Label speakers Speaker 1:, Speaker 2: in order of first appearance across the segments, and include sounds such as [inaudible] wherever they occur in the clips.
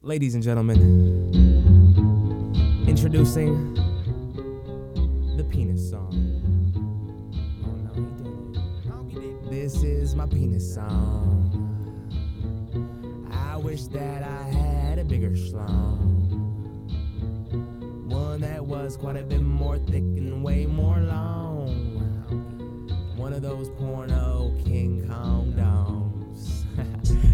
Speaker 1: Ladies and gentlemen, introducing the penis song. Oh, no, he did it. This is my penis song. I wish that I had a bigger schlong. One that was quite a bit more thick and way more long. One of those porno King Kong domes.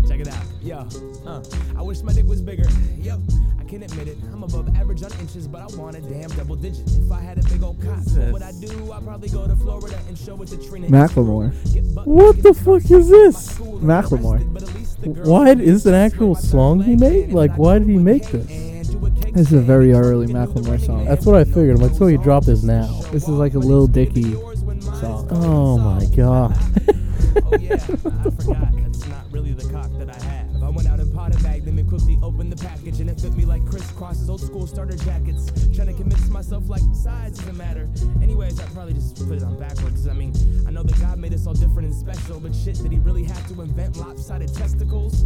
Speaker 1: [laughs] Check it out. Yo, uh, I wish my dick was bigger. Yo, I can admit it. I'm above average on inches, but I want a damn double digit. If I had a big old cock, what would I do? I'd probably go to Florida and show it to Trina.
Speaker 2: Macklemore.
Speaker 1: Get buck-
Speaker 3: What the fuck is this?
Speaker 2: Macklemore.
Speaker 3: What is an actual song he made? Like, why did he make this?
Speaker 2: This is a very early Macklemore song.
Speaker 3: That's what I figured. I'm like, so he dropped this now.
Speaker 2: This is like a Lil Dicky song.
Speaker 3: Oh my [laughs] god.
Speaker 1: Oh yeah, I forgot. That's not really the cock that I have. I went out and bought a bag, then quickly opened the package and it fit me like crisscrosses, old school starter jackets. Trying to convince myself like size doesn't matter. Anyways, I probably just put it on backwards. I mean, I know that God made us all different and special, but shit, did he really have to invent lopsided testicles?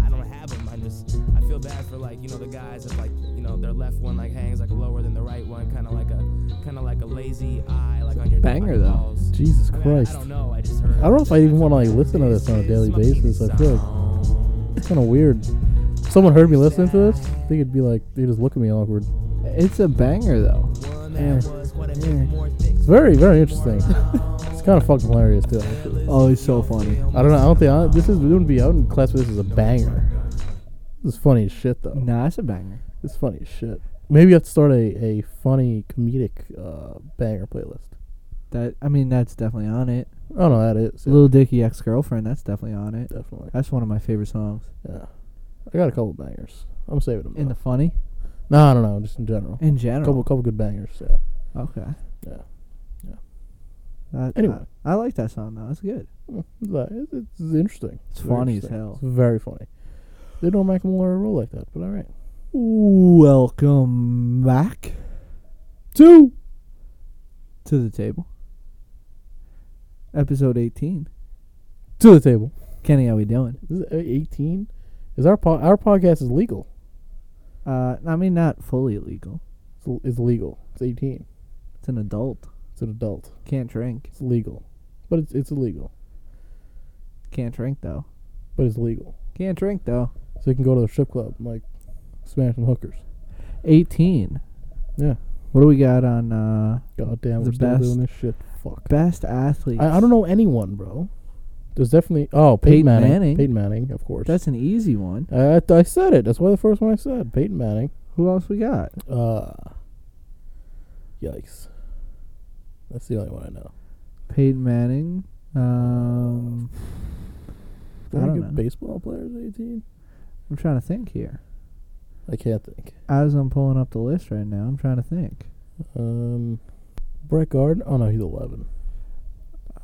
Speaker 1: I don't have them. I just I feel bad for like you know the guys that like you know their left one like hangs like lower than the right one, kind of like a kind of like a lazy eye like on your
Speaker 2: Banger, though.
Speaker 1: eyeballs.
Speaker 3: Jesus
Speaker 1: I mean, I-
Speaker 3: Christ.
Speaker 1: I don't know. I just heard.
Speaker 3: I don't know if I even want to like listen to this on a daily basis. I feel like it's kind of weird. If someone heard me listening to this, I think it'd be like they just look at me awkward.
Speaker 2: It's a banger though.
Speaker 3: Yeah. It's very very interesting. It's kind of fucking hilarious too. actually.
Speaker 2: Oh, it's so funny.
Speaker 3: I don't know. I don't think I, this is it wouldn't be. I wouldn't class this as a banger. This is funny as shit though.
Speaker 2: Nah, it's a banger.
Speaker 3: It's funny as shit. Maybe I have to start a, a funny comedic uh, banger playlist.
Speaker 2: That I mean, that's definitely on it.
Speaker 3: Oh no, that is yeah,
Speaker 2: Lil Dicky Ex Girlfriend, that's definitely on it.
Speaker 3: definitely.
Speaker 2: That's one of my favorite songs.
Speaker 3: Yeah, I got a couple bangers. I'm saving them.
Speaker 2: In the funny,
Speaker 3: no, I don't know. Just in general,
Speaker 2: in
Speaker 3: a
Speaker 2: general.
Speaker 3: couple couple good bangers. Yeah.
Speaker 2: Okay.
Speaker 3: Yeah. Yeah.
Speaker 2: That,
Speaker 3: Anyway.
Speaker 2: I, I like that song though. It's good.
Speaker 3: Mm, It's, like- it's- it's interesting.
Speaker 2: It's
Speaker 3: very
Speaker 2: funny as
Speaker 3: interesting.
Speaker 2: hell.
Speaker 3: It's very funny. They don't make them roll like that, but all right.
Speaker 2: Welcome back
Speaker 3: Two.
Speaker 2: to the table. Episode 18.
Speaker 3: To the table.
Speaker 2: Kenny, how we doing?
Speaker 3: This is uh, 18. Is our po- our podcast is legal?
Speaker 2: Uh, I mean, not fully illegal.
Speaker 3: It's, l- it's legal. It's 18.
Speaker 2: It's an adult.
Speaker 3: It's an adult.
Speaker 2: Can't drink.
Speaker 3: It's legal, but it's it's illegal.
Speaker 2: Can't drink though.
Speaker 3: But it's legal,
Speaker 2: Can't drink though.
Speaker 3: so you can go to the strip club and, like smash some hookers.
Speaker 2: 18.
Speaker 3: Yeah.
Speaker 2: What do we got on uh,
Speaker 3: God damn,
Speaker 2: The
Speaker 3: we're still
Speaker 2: best.
Speaker 3: doing this shit. Fuck.
Speaker 2: best athlete?
Speaker 3: I, I don't know anyone, bro. There's definitely oh Peyton,
Speaker 2: Peyton
Speaker 3: Manning.
Speaker 2: Manning.
Speaker 3: Peyton Manning, of course.
Speaker 2: That's an easy one.
Speaker 3: I, I- I said it. That's why the first one I said Peyton Manning.
Speaker 2: Who else we got?
Speaker 3: Uh, yikes. That's the only one I know.
Speaker 2: Peyton Manning. Um, I
Speaker 3: Very
Speaker 2: don't
Speaker 3: good
Speaker 2: know.
Speaker 3: baseball players. Eighteen.
Speaker 2: I'm trying to think here.
Speaker 3: I can't think.
Speaker 2: As I'm pulling up the list right now, I'm trying to think.
Speaker 3: Um, Brett Gardner. Oh no, he's eleven.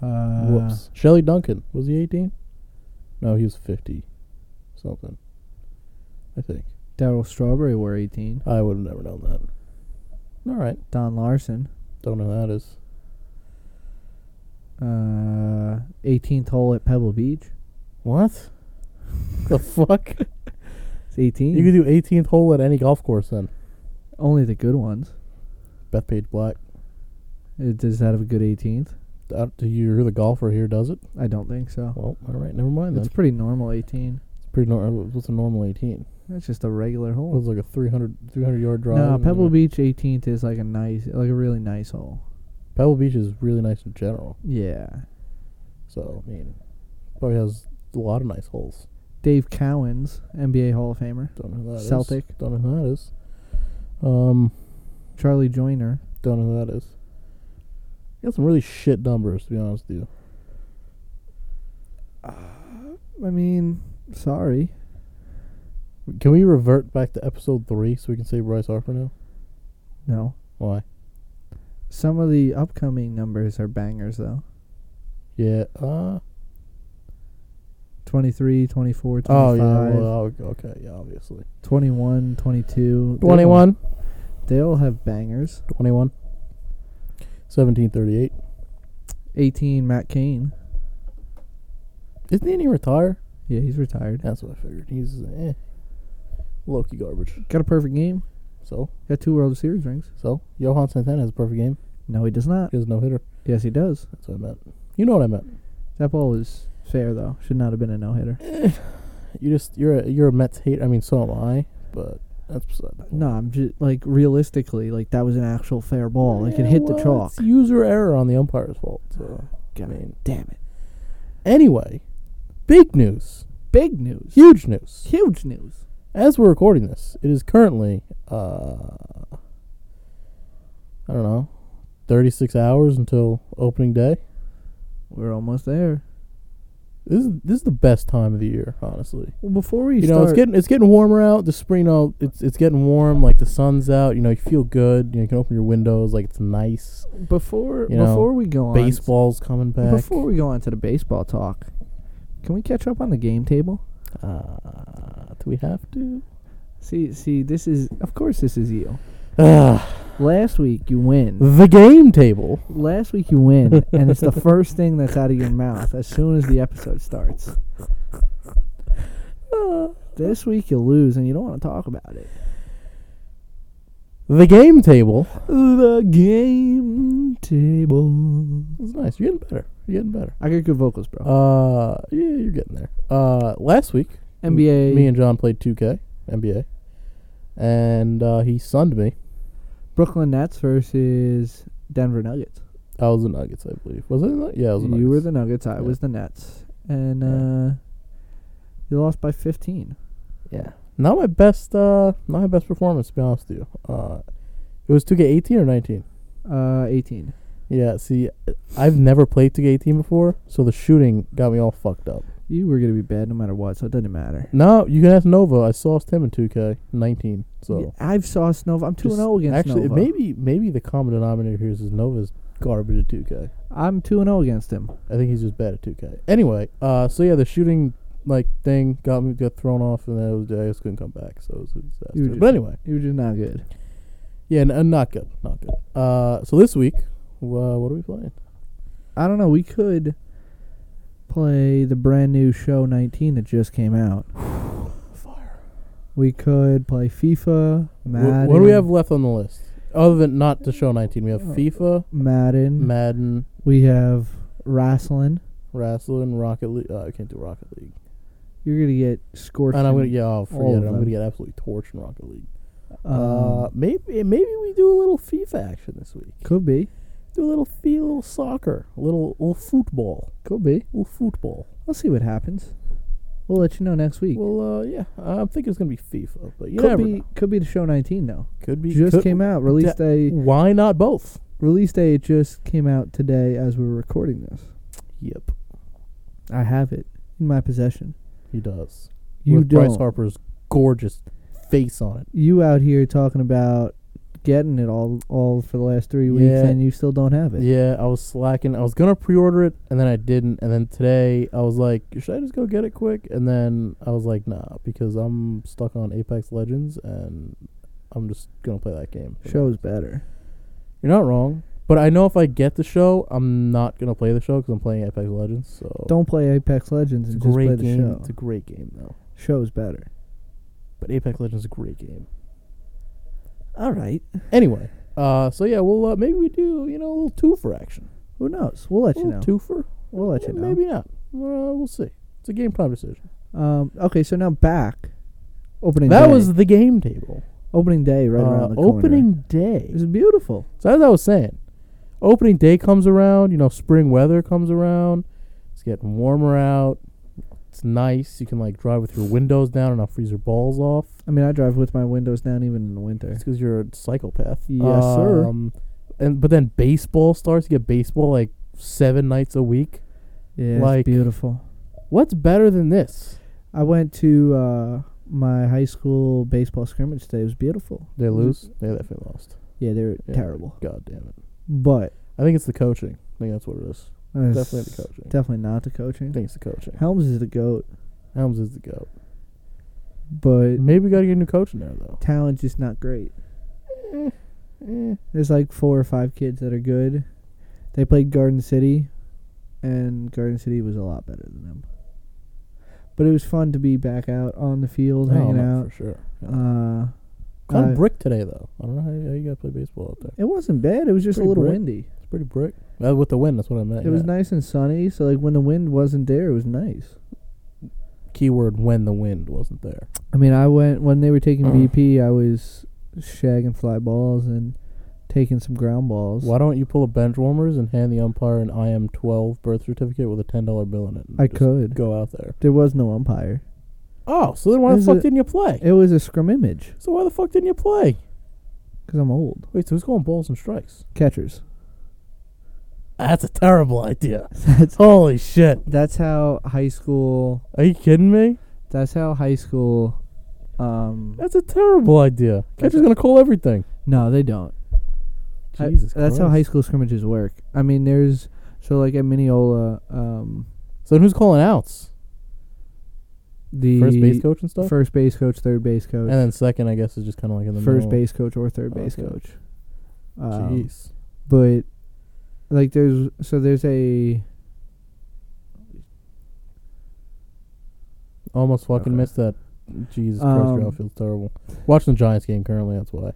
Speaker 2: Uh,
Speaker 3: Whoops. Shelly Duncan was he eighteen? No, he was fifty, something. I think
Speaker 2: Daryl Strawberry were 18.
Speaker 3: I would have never known that. All right,
Speaker 2: Don Larson,
Speaker 3: don't know who that is.
Speaker 2: uh, 18th hole at Pebble Beach.
Speaker 3: What? [laughs] the [laughs] fuck?
Speaker 2: It's 18.
Speaker 3: You could do 18th hole at any golf course then.
Speaker 2: Only the good ones.
Speaker 3: Bethpage Black.
Speaker 2: Uh, Does that have a good 18th?
Speaker 3: Uh, do you hear the golfer here does it?
Speaker 2: I don't think so.
Speaker 3: Well, all right, never mind then.
Speaker 2: It's pretty normal 18.
Speaker 3: It's pretty normal. What's a normal 18?
Speaker 2: That's just a regular
Speaker 3: It
Speaker 2: hole.
Speaker 3: was like a 300, 300 yard drive.
Speaker 2: No,
Speaker 3: and
Speaker 2: Pebble
Speaker 3: a-
Speaker 2: Beach 18th is like a nice, like a really nice hole.
Speaker 3: Pebble Beach is really nice in general.
Speaker 2: Yeah.
Speaker 3: So I mean, probably has a lot of nice holes.
Speaker 2: Dave Cowens, NBA Hall of Famer.
Speaker 3: Don't know who that is.
Speaker 2: Celtic.
Speaker 3: Don't know who that is. Um,
Speaker 2: Charlie Joyner.
Speaker 3: don't know who that is. You got some really shit numbers to be honest with you.
Speaker 2: I mean, sorry.
Speaker 3: Can we revert back to episode three so we can say Bryce Harper now?
Speaker 2: No.
Speaker 3: Why?
Speaker 2: Some of the upcoming numbers are bangers, though.
Speaker 3: Yeah. Uh,
Speaker 2: 23, 24, 25,
Speaker 3: Oh yeah,
Speaker 2: uh,
Speaker 3: well, oh, okay, yeah, obviously.
Speaker 2: 21, 22. They all-
Speaker 3: 21,
Speaker 2: They all have bangers.
Speaker 3: 21, 1738.
Speaker 2: 18, Matt Cain.
Speaker 3: Isn't he any retire?
Speaker 2: Yeah, he's retired.
Speaker 3: That's what I figured. He's eh. Loki garbage.
Speaker 2: Got a perfect game.
Speaker 3: So,
Speaker 2: Got two World Series rings.
Speaker 3: so Johan Santana has a perfect game.
Speaker 2: No, he does not.
Speaker 3: He has no hitter.
Speaker 2: Yes, he does.
Speaker 3: That's what I meant. You know what I meant.
Speaker 2: That ball was fair though. Should not have been a no hitter.
Speaker 3: You just you're a, you're a Mets hater. I mean, so am I. But that's beside the point.
Speaker 2: No, I'm just like realistically, like that was an actual fair ball. Like it
Speaker 3: Yeah,
Speaker 2: hit the
Speaker 3: well,
Speaker 2: chalk.
Speaker 3: It's user error on the umpire's fault. So
Speaker 2: God
Speaker 3: I mean,
Speaker 2: damn it!
Speaker 3: anyway, big news,
Speaker 2: Big news.
Speaker 3: huge news.
Speaker 2: Huge news.
Speaker 3: As we're recording this, it is currently uh, I don't know, thirty six hours until opening day.
Speaker 2: We're almost there.
Speaker 3: This is this is the best time of the year, honestly.
Speaker 2: Well, before we
Speaker 3: You,
Speaker 2: start,
Speaker 3: know, it's getting it's getting warmer out. The spring, you know, it's it's getting warm. Like the sun's out. You know, you feel good. You, know, you can open your windows. Like it's nice.
Speaker 2: before
Speaker 3: you know,
Speaker 2: before we go on
Speaker 3: Baseball's coming back.
Speaker 2: Before we go on to the baseball talk, can we catch up on the game table?
Speaker 3: Uh, do we have
Speaker 2: [sighs]
Speaker 3: to?
Speaker 2: See, see, this is of course this is you.
Speaker 3: Ah,
Speaker 2: Last week you win.
Speaker 3: the game table.
Speaker 2: Last week you win, and it's the first thing that's out of your mouth as soon as the episode starts. This week you lose, and you don't want to talk about it.
Speaker 3: The game table.
Speaker 2: The game table.
Speaker 3: It's nice. You're getting better. You're getting better.
Speaker 2: I got good vocals, bro.
Speaker 3: Uh, yeah, you're getting there. Uh, last week, m-
Speaker 2: NBA.
Speaker 3: Me and John played 2K NBA, and uh, he sunned me.
Speaker 2: Brooklyn Nets versus Denver Nuggets.
Speaker 3: I was the Nuggets, I believe. Was it? the Nug- Yeah, I was the Nuggets.
Speaker 2: You were the Nuggets. I
Speaker 3: Yeah.
Speaker 2: was the Nets, and
Speaker 3: Yeah.
Speaker 2: uh, you lost by 15.
Speaker 3: Yeah. Not my best uh not my best performance to be honest with you. Uh it was 2K18 or 19.
Speaker 2: Uh, 18.
Speaker 3: Yeah, see I've never played 2K18 before, so the shooting got me all fucked up.
Speaker 2: You were gonna be bad no matter what, so it doesn't matter.
Speaker 3: No, you can ask Nova. I saw him in 2K19. So
Speaker 2: Yeah, I've saw Nova. I'm two
Speaker 3: just-
Speaker 2: and zero against
Speaker 3: Actually,
Speaker 2: Nova.
Speaker 3: maybe maybe the common denominator here is Nova's garbage at 2K.
Speaker 2: I'm two and zero against him.
Speaker 3: I think he's just bad at 2K. Anyway, uh so yeah, the shooting like thing got me got thrown off and then I, was, I just couldn't come back. So it was a
Speaker 2: You were
Speaker 3: disaster.
Speaker 2: just-
Speaker 3: But anyway,
Speaker 2: You were just not good.
Speaker 3: Yeah, n- uh, not good, not good. Uh, so this week, wha- what are we playing?
Speaker 2: I don't know. We could play the brand new show 19 that just came out.
Speaker 3: [sighs] Fire.
Speaker 2: We could play FIFA, Madden.
Speaker 3: What, do we have left on the list? Other than not to show 19, we have
Speaker 2: Oh.
Speaker 3: FIFA,
Speaker 2: Madden.
Speaker 3: Madden,
Speaker 2: we have wrestling.
Speaker 3: Wrestling, Rocket League. Uh, I can't do Rocket League.
Speaker 2: You're gonna get scorched.
Speaker 3: And I'm gonna yeah, oh, forget
Speaker 2: all
Speaker 3: it.
Speaker 2: of
Speaker 3: I'm gonna
Speaker 2: them.
Speaker 3: get absolutely torched in Rocket League.
Speaker 2: Um,
Speaker 3: uh, maybe maybe we do a little FIFA action this week.
Speaker 2: could be.
Speaker 3: Do a little FIFA, little soccer, a little little football,
Speaker 2: Could be.
Speaker 3: little football.
Speaker 2: We'll see what happens. We'll let you know next week.
Speaker 3: Well, uh, yeah, I'm thinking it's gonna be FIFA, but you
Speaker 2: could
Speaker 3: never
Speaker 2: be.
Speaker 3: know.
Speaker 2: Could be the show 19 though.
Speaker 3: Could be.
Speaker 2: Just
Speaker 3: could-
Speaker 2: came out. Release day.
Speaker 3: Why not both?
Speaker 2: Release day just came out today as we were recording this.
Speaker 3: Yep,
Speaker 2: I have it in my possession.
Speaker 3: he does.
Speaker 2: You
Speaker 3: with
Speaker 2: don't.
Speaker 3: Bryce Harper's gorgeous face on it.
Speaker 2: you out here talking about getting it all all for the last three weeks
Speaker 3: Yeah.
Speaker 2: and you still don't have it.
Speaker 3: Yeah, I was slacking. I was gonna pre-order it, and then I didn't. And then today, I was like, should I just go get it quick? And then I was like, nah, because I'm stuck on Apex Legends, and I'm just gonna play that game.
Speaker 2: Show's better.
Speaker 3: You're not wrong, but I know if I get the show, I'm not gonna play the show because I'm playing Apex Legends. So
Speaker 2: Don't play Apex Legends
Speaker 3: It's a
Speaker 2: and just play
Speaker 3: great
Speaker 2: the
Speaker 3: game.
Speaker 2: show.
Speaker 3: It's a great game though.
Speaker 2: Show's better.
Speaker 3: But Apex Legends is a great game.
Speaker 2: All right.
Speaker 3: Anyway, uh, so yeah, well, uh, maybe we do you know a little two for action.
Speaker 2: Who knows? We'll let
Speaker 3: A
Speaker 2: you know.
Speaker 3: little twofer.
Speaker 2: We'll let you
Speaker 3: Yeah,
Speaker 2: know.
Speaker 3: Maybe not. Well, we'll see. It's a game time decision.
Speaker 2: Um, okay, so now back. Opening
Speaker 3: That
Speaker 2: day.
Speaker 3: was the game table.
Speaker 2: opening day right
Speaker 3: Uh,
Speaker 2: around the corner.
Speaker 3: opening
Speaker 2: It
Speaker 3: day.
Speaker 2: was beautiful.
Speaker 3: So as I was saying, opening day comes around. You know, spring weather comes around. It's getting warmer out. It's nice. You can like drive with your windows down and not freeze your balls off.
Speaker 2: I mean, I drive with my windows down even in the winter.
Speaker 3: It's because you're a psychopath.
Speaker 2: Yes, sir.
Speaker 3: Um, And but then baseball starts. You get baseball like seven nights a week.
Speaker 2: Yeah,
Speaker 3: Like-
Speaker 2: it's beautiful.
Speaker 3: What's better than this?
Speaker 2: I went to uh, my high school baseball scrimmage today. It was beautiful.
Speaker 3: They
Speaker 2: It was-
Speaker 3: lose. They definitely lost.
Speaker 2: Yeah, they're
Speaker 3: Yeah.
Speaker 2: terrible.
Speaker 3: God damn it.
Speaker 2: But
Speaker 3: I think it's the coaching. I think that's what it is. Definitely the coaching.
Speaker 2: Definitely not the
Speaker 3: I
Speaker 2: coaching.
Speaker 3: think it's the coaching.
Speaker 2: Helms is the goat,
Speaker 3: Helms is the goat.
Speaker 2: but
Speaker 3: Maybe we got to get a new coach in there though.
Speaker 2: talent's just not great.
Speaker 3: Eh,
Speaker 2: There's like four or five kids that are good. They played Garden City, and Garden City was a lot better than them. But it was fun to be back out on the field, hanging
Speaker 3: Oh, no,
Speaker 2: out.
Speaker 3: for sure.
Speaker 2: Uh,
Speaker 3: Kind
Speaker 2: I-
Speaker 3: of brick today though. I don't know how you, how you gotta play baseball out there.
Speaker 2: it wasn't bad. It was just a
Speaker 3: Pretty
Speaker 2: little
Speaker 3: brick.
Speaker 2: windy.
Speaker 3: It's pretty brick. Uh, with the wind, that's what I meant.
Speaker 2: It was
Speaker 3: yeah.
Speaker 2: nice and sunny, so like when the wind wasn't there, it was nice.
Speaker 3: Keyword when the wind wasn't there.
Speaker 2: I mean, I went when they were taking
Speaker 3: Ugh.
Speaker 2: BP. I was shagging fly balls and taking some ground balls.
Speaker 3: Why don't you pull a bench warmers and hand the umpire an IM twelve birth certificate with a ten dollar bill in it? and
Speaker 2: I
Speaker 3: just
Speaker 2: could.
Speaker 3: go out there.
Speaker 2: There was no umpire.
Speaker 3: Oh, so then why the
Speaker 2: Is
Speaker 3: fuck
Speaker 2: it-
Speaker 3: didn't you play?
Speaker 2: It was a scrimmage
Speaker 3: so why the fuck didn't you play?
Speaker 2: because I'm old.
Speaker 3: Wait, so who's going balls and strikes?
Speaker 2: Catchers. [laughs]
Speaker 3: That's a terrible idea.
Speaker 2: That's
Speaker 3: Holy shit!
Speaker 2: that's how high school.
Speaker 3: Are you kidding me?
Speaker 2: That's how high school. Um,
Speaker 3: That's a terrible idea. Catcher's
Speaker 2: a-
Speaker 3: gonna call everything.
Speaker 2: no, they don't. I-
Speaker 3: Jesus Christ.
Speaker 2: that's how high school scrimmages work. I mean, there's so like at Mineola, um,
Speaker 3: So then who's calling outs?
Speaker 2: the
Speaker 3: First base coach and stuff.
Speaker 2: first base coach, third base coach,
Speaker 3: And then second, I guess, is just kind of like in the
Speaker 2: first
Speaker 3: middle.
Speaker 2: base coach or third base
Speaker 3: Okay.
Speaker 2: coach. Um,
Speaker 3: Jeez.
Speaker 2: but like there's so there's a
Speaker 3: Almost fucking
Speaker 2: okay.
Speaker 3: missed that. Jesus Christ, your
Speaker 2: Um,
Speaker 3: outfield's terrible. Watching the Giants game currently. That's why.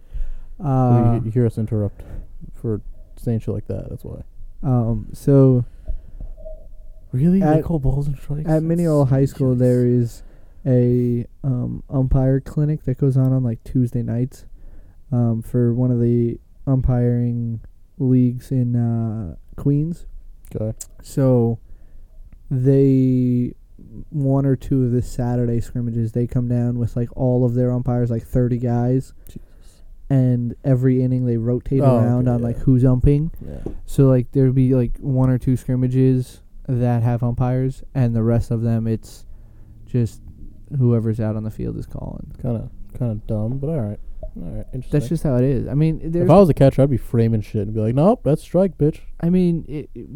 Speaker 2: uh,
Speaker 3: you, you hear us interrupt for saying shit like that. That's why.
Speaker 2: um so
Speaker 3: Really?
Speaker 2: At-
Speaker 3: they call balls and strikes
Speaker 2: at Mineola High School there
Speaker 3: there is.
Speaker 2: is a um umpire clinic that goes on on like Tuesday nights um for one of the umpiring leagues in uh Queens
Speaker 3: Okay.
Speaker 2: So they one or two of the Saturday scrimmages, they come down with like all of their umpires, like thirty guys,
Speaker 3: Jesus.
Speaker 2: and every inning they rotate
Speaker 3: Oh,
Speaker 2: around
Speaker 3: okay,
Speaker 2: on like
Speaker 3: yeah.
Speaker 2: who's umping.
Speaker 3: Yeah.
Speaker 2: So like there'd be like one or two scrimmages that have umpires, and the rest of them it's just whoever's out on the field is calling.
Speaker 3: Kind of, kind of dumb, but all right, all right. Interesting.
Speaker 2: That's just how it is. I mean, there's
Speaker 3: if I was a catcher, I'd be framing shit and be like, "Nope, that's strike, bitch."
Speaker 2: I mean, it, it,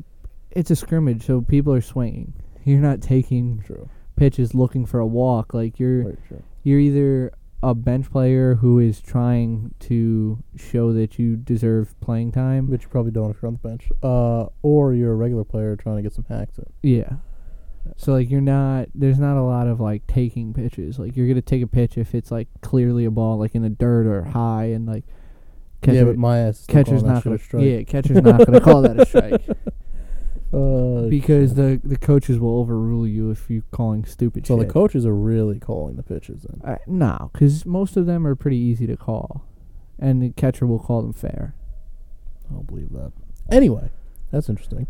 Speaker 2: it's a scrimmage, so people are swinging. You're not taking
Speaker 3: True.
Speaker 2: pitches looking for a walk. Like you're
Speaker 3: Very true.
Speaker 2: you're either a bench player who is trying to show that you deserve playing time.
Speaker 3: Which you probably don't if you're on the bench, uh, or you're a regular player trying to get some hacks in.
Speaker 2: yeah. So like you're not there's not a lot of like taking pitches. Like you're gonna take a pitch if it's like clearly a ball like in the dirt or high and like
Speaker 3: yeah,
Speaker 2: catcher-
Speaker 3: but my ass is still
Speaker 2: catcher's
Speaker 3: calling that
Speaker 2: not gonna
Speaker 3: shit a strike.
Speaker 2: yeah catcher's not gonna call that a strike
Speaker 3: [laughs] Uh,
Speaker 2: because the the coaches will overrule you if you're calling stupid.
Speaker 3: so
Speaker 2: shit.
Speaker 3: the coaches are really calling the pitches then.
Speaker 2: Uh, no, because most of them are pretty easy to call, and the catcher will call them fair.
Speaker 3: I don't believe that. Anyway, that's interesting.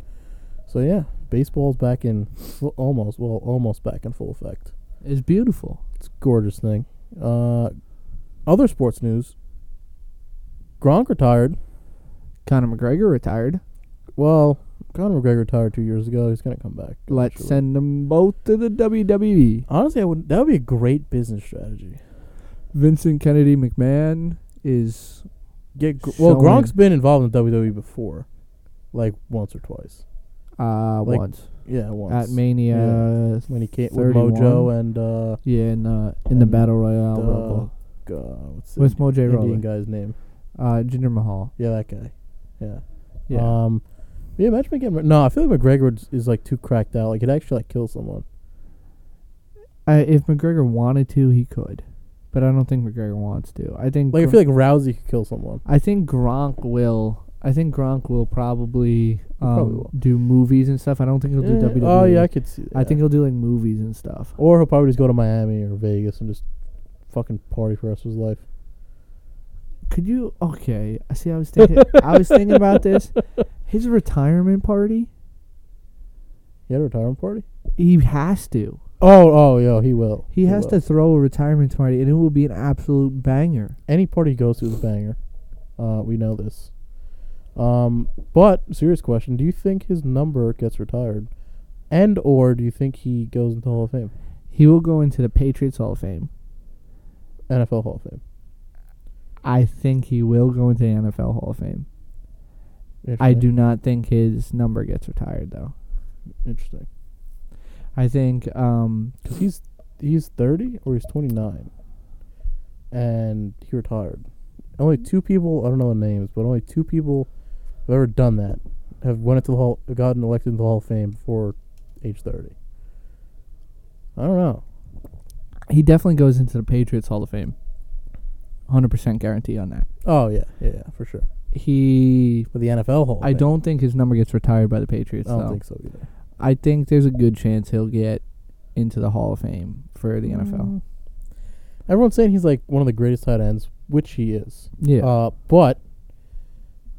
Speaker 3: So yeah, baseball's back in fu- almost well, almost back in full effect.
Speaker 2: It's beautiful.
Speaker 3: It's a gorgeous thing. Uh, other sports news. Gronk retired.
Speaker 2: Conor McGregor retired.
Speaker 3: Well, Conor McGregor retired two years ago. He's gonna come back.
Speaker 2: Let's
Speaker 3: eventually.
Speaker 2: send them both to the E. WWE.
Speaker 3: Honestly, I would. That would be a great business strategy.
Speaker 2: Vincent Kennedy McMahon is
Speaker 3: Get Gr- well.
Speaker 2: Showing-
Speaker 3: Gronk's been involved in WWE before, like once or twice.
Speaker 2: uh
Speaker 3: Like,
Speaker 2: once.
Speaker 3: Yeah, once
Speaker 2: at Mania. Yeah,
Speaker 3: when he came with
Speaker 2: 31.
Speaker 3: Mojo and uh,
Speaker 2: in the in the
Speaker 3: And
Speaker 2: battle royale
Speaker 3: the-
Speaker 2: rumble
Speaker 3: uh what's the
Speaker 2: with Mojay
Speaker 3: Indian
Speaker 2: Rowley,
Speaker 3: guy's name?
Speaker 2: uh, Jinder Mahal.
Speaker 3: Yeah, that guy. Yeah.
Speaker 2: Yeah,
Speaker 3: Um, yeah, imagine him getting. No, I feel like McGregor is, is like too cracked out. Like it actually like kill someone.
Speaker 2: I, if McGregor wanted to, he could, but I don't think McGregor wants to. I think
Speaker 3: Like I
Speaker 2: Gro-
Speaker 3: feel like Rousey could kill someone.
Speaker 2: I think Gronk will. I think Gronk will probably, um,
Speaker 3: probably will.
Speaker 2: do movies and stuff. I don't think he'll
Speaker 3: Eh,
Speaker 2: do WWE.
Speaker 3: Oh yeah, I could see. That.
Speaker 2: I think he'll do like movies and stuff.
Speaker 3: or he'll probably just go to Miami or Vegas and just fucking party for the rest of his life.
Speaker 2: Could you? Okay, I see.
Speaker 3: [laughs]
Speaker 2: I was thinking. I was thinking about this. His retirement party.
Speaker 3: He had a retirement party.
Speaker 2: He has to.
Speaker 3: Oh, oh, yeah, he will.
Speaker 2: He has to
Speaker 3: will.
Speaker 2: throw a retirement party, and it will be an absolute banger.
Speaker 3: Any party he goes to is a banger. Uh, we know this. Um, but serious question: Do you think his number gets retired, and or do you think he goes into Hall of Fame,
Speaker 2: He will go into the Patriots Hall of Fame.
Speaker 3: NFL Hall of Fame?
Speaker 2: I think he will go into the NFL Hall of Fame. I
Speaker 3: Interesting.
Speaker 2: do not think his number gets retired though.
Speaker 3: Interesting.
Speaker 2: I think um,
Speaker 3: Cause he's he's thirty or he's twenty nine, and he retired. Only two people I don't know the names, but only two people have ever done that have went into the hall, gotten elected into the Hall of Fame before age thirty. I don't know.
Speaker 2: He definitely goes into the Patriots Hall of Fame. 100% guarantee on that.
Speaker 3: Oh yeah, yeah, yeah for sure.
Speaker 2: He.
Speaker 3: But the NFL Hall. of
Speaker 2: I
Speaker 3: Fame,
Speaker 2: don't think his number gets retired by the
Speaker 3: I
Speaker 2: Patriots,
Speaker 3: don't
Speaker 2: though.
Speaker 3: think so either.
Speaker 2: I think there's a good chance he'll get into the Hall of Fame for the
Speaker 3: Mm.
Speaker 2: NFL.
Speaker 3: Everyone's saying he's like one of the greatest tight ends, which he is.
Speaker 2: Yeah.
Speaker 3: Uh, but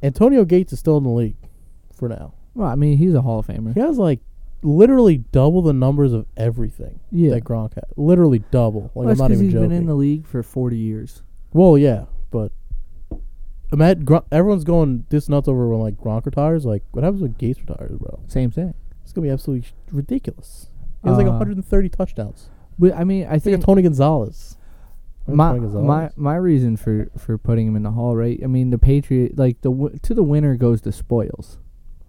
Speaker 3: Antonio Gates is still in the league for now.
Speaker 2: well, I mean, he's a Hall of Famer.
Speaker 3: He has like literally double the numbers of everything
Speaker 2: Yeah.
Speaker 3: that Gronk had. Literally double. Like
Speaker 2: Well,
Speaker 3: I'm
Speaker 2: that's
Speaker 3: not
Speaker 2: 'cause
Speaker 3: even
Speaker 2: he's
Speaker 3: joking.
Speaker 2: been in the league for 40 years.
Speaker 3: well, yeah, but imagine Gron- everyone's going this nuts over when like Gronk retires. Like what happens when Gates retires, bro?
Speaker 2: Same thing.
Speaker 3: It's gonna be absolutely sh- ridiculous. He has like
Speaker 2: Uh,
Speaker 3: 130 touchdowns.
Speaker 2: But I mean, I
Speaker 3: It's like a
Speaker 2: think
Speaker 3: Tony Gonzalez. Remember
Speaker 2: my
Speaker 3: Tony Gonzalez?
Speaker 2: my my reason for for putting him in the hall, right? I mean, the Patriot like the wi- to the winner goes the spoils.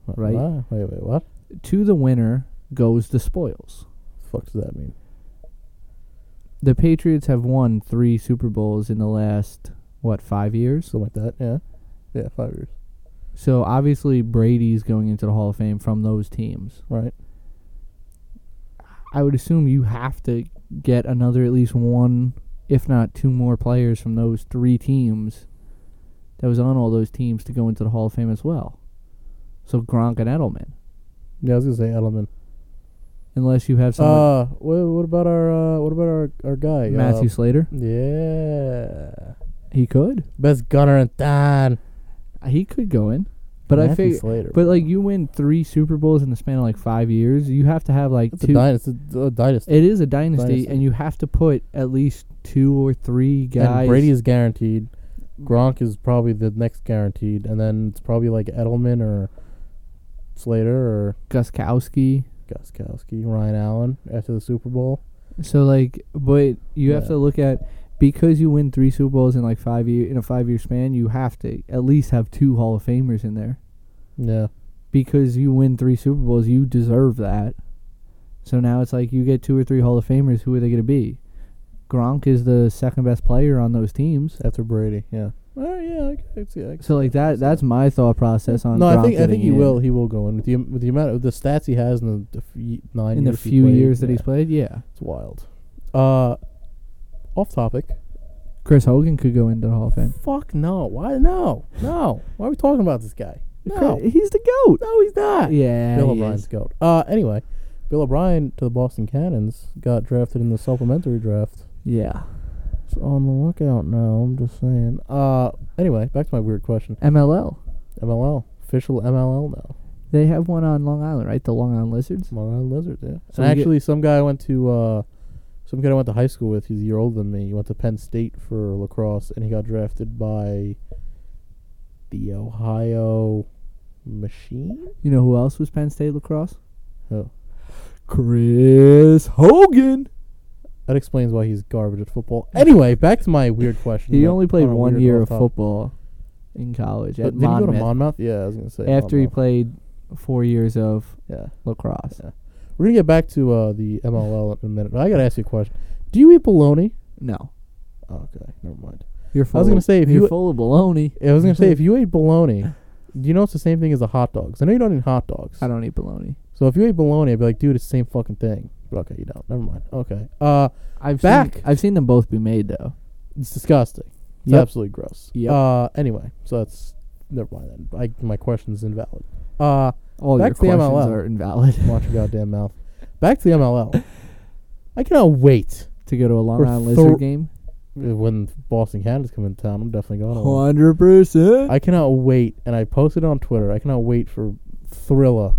Speaker 3: What-
Speaker 2: right?
Speaker 3: what? Wait, wait, what?
Speaker 2: To the winner goes the spoils.
Speaker 3: The fuck does that mean?
Speaker 2: The Patriots have won 3 Super Bowls in the last what, 5 years?
Speaker 3: Something like that. Yeah, yeah, five years.
Speaker 2: So obviously Brady's going into the Hall of Fame from those teams.
Speaker 3: Right.
Speaker 2: I would assume you have to get another at least one, if not two more players from those three teams that was on all those teams to go into the Hall of Fame as well. So Gronk and Edelman,
Speaker 3: Yeah, I was gonna say Edelman.
Speaker 2: unless you have someone
Speaker 3: Uh, what, what about our uh, what about our our guy uh,
Speaker 2: Matthew Slater,
Speaker 3: Yeah.
Speaker 2: he could,
Speaker 3: Best gunner in town.
Speaker 2: he could go in. But I
Speaker 3: Matthew
Speaker 2: think,
Speaker 3: Slater,
Speaker 2: but
Speaker 3: bro.
Speaker 2: like you win three Super Bowls in the span of like five years, you have to have like
Speaker 3: it's a,
Speaker 2: two.
Speaker 3: dynasty, it's a dynasty.
Speaker 2: it is a dynasty,
Speaker 3: Dynasty.
Speaker 2: and you have to put at least two or three guys.
Speaker 3: And Brady is guaranteed. Gronk is probably the next guaranteed, and then it's probably like Edelman or Slater or
Speaker 2: Guskowski.
Speaker 3: Goskowski, Ryan Allen after the Super Bowl.
Speaker 2: So like, but you have
Speaker 3: Yeah.
Speaker 2: to look at because you win three Super Bowls in like five year in a five year span, you have to at least have two Hall of Famers in there
Speaker 3: Yeah,
Speaker 2: because you win three Super Bowls, you deserve that. So now it's like you get two or three Hall of Famers. Who are they going to be? Gronk is the second best player on those teams.
Speaker 3: after Brady. Yeah. Oh yeah, I c- I see. I c-
Speaker 2: So like that, that's my thought process on.
Speaker 3: no,
Speaker 2: Gronk
Speaker 3: I think I
Speaker 2: getting
Speaker 3: think he
Speaker 2: in.
Speaker 3: will. He will go in with the with the amount of the stats he has in the, the f- nine
Speaker 2: in the
Speaker 3: years he
Speaker 2: few
Speaker 3: played,
Speaker 2: years that
Speaker 3: yeah,
Speaker 2: he's played. Yeah,
Speaker 3: It's wild. Uh, off topic.
Speaker 2: Chris Hogan could go into the Hall of Fame.
Speaker 3: Fuck no. Why no? No. Why are we talking about this guy? No.
Speaker 2: he's the goat.
Speaker 3: No, he's not.
Speaker 2: Yeah,
Speaker 3: Bill
Speaker 2: he
Speaker 3: O'Brien's
Speaker 2: is.
Speaker 3: goat. Uh anyway, Bill O'Brien to the Boston Cannons got drafted in the supplementary draft.
Speaker 2: Yeah.
Speaker 3: So on the lookout now, I'm just saying. Uh anyway, back to my weird question.
Speaker 2: MLL.
Speaker 3: MLL. Official MLL now.
Speaker 2: They have one on Long Island, right? The Long Island Lizards.
Speaker 3: Long Island Lizards, yeah.
Speaker 2: So
Speaker 3: and
Speaker 2: we get-
Speaker 3: actually some guy I went to uh some kid I went to high school with, he's a year older than me. He went to Penn State for lacrosse and he got drafted by the Ohio Machine?
Speaker 2: You know who else was Penn State lacrosse?
Speaker 3: Who?
Speaker 2: Chris Hogan.
Speaker 3: That explains why he's garbage at football. Anyway, back to my weird question.
Speaker 2: He
Speaker 3: Like,
Speaker 2: only played
Speaker 3: on a
Speaker 2: one
Speaker 3: weird
Speaker 2: year
Speaker 3: off
Speaker 2: of
Speaker 3: top-
Speaker 2: football in college
Speaker 3: But
Speaker 2: at
Speaker 3: did he go to
Speaker 2: Monmouth.
Speaker 3: Monmouth? Yeah, I was gonna say.
Speaker 2: after he
Speaker 3: Monmouth.
Speaker 2: played four years of
Speaker 3: Yeah,
Speaker 2: lacrosse.
Speaker 3: we're gonna get back to uh, the MLL in a minute. But I gotta ask you a question. Do you eat bologna?
Speaker 2: No,
Speaker 3: Okay, Oh, never mind.
Speaker 2: you're full.
Speaker 3: I was gonna
Speaker 2: of-
Speaker 3: say, if
Speaker 2: you're
Speaker 3: you-
Speaker 2: full of baloney.
Speaker 3: I was gonna say
Speaker 2: Mm-hmm.
Speaker 3: if you ate bologna, do you know it's the same thing as a hot dog? 'Cause I know you don't eat hot dogs.
Speaker 2: I don't eat baloney.
Speaker 3: So if you ate bologna, I'd be like, dude, it's the same fucking thing. But okay, you don't. Never mind. Okay. Uh,
Speaker 2: I've
Speaker 3: Back.
Speaker 2: Seen, I've seen them both be made though.
Speaker 3: it's disgusting. It's
Speaker 2: Yep.
Speaker 3: absolutely gross.
Speaker 2: Yep.
Speaker 3: Uh, anyway, so that's never mind. Then I, my question's invalid. Uh.
Speaker 2: All
Speaker 3: Back to the
Speaker 2: your questions
Speaker 3: MLL.
Speaker 2: are invalid. [laughs]
Speaker 3: Watch your goddamn mouth. Back to the MLL. I cannot wait
Speaker 2: to go to a Long
Speaker 3: Or
Speaker 2: Island
Speaker 3: thor-
Speaker 2: Lizard game.
Speaker 3: when Boston Cannons come in town. I'm definitely going. to one.
Speaker 2: Hundred percent.
Speaker 3: I cannot wait, and I posted on Twitter. I cannot wait for Thrilla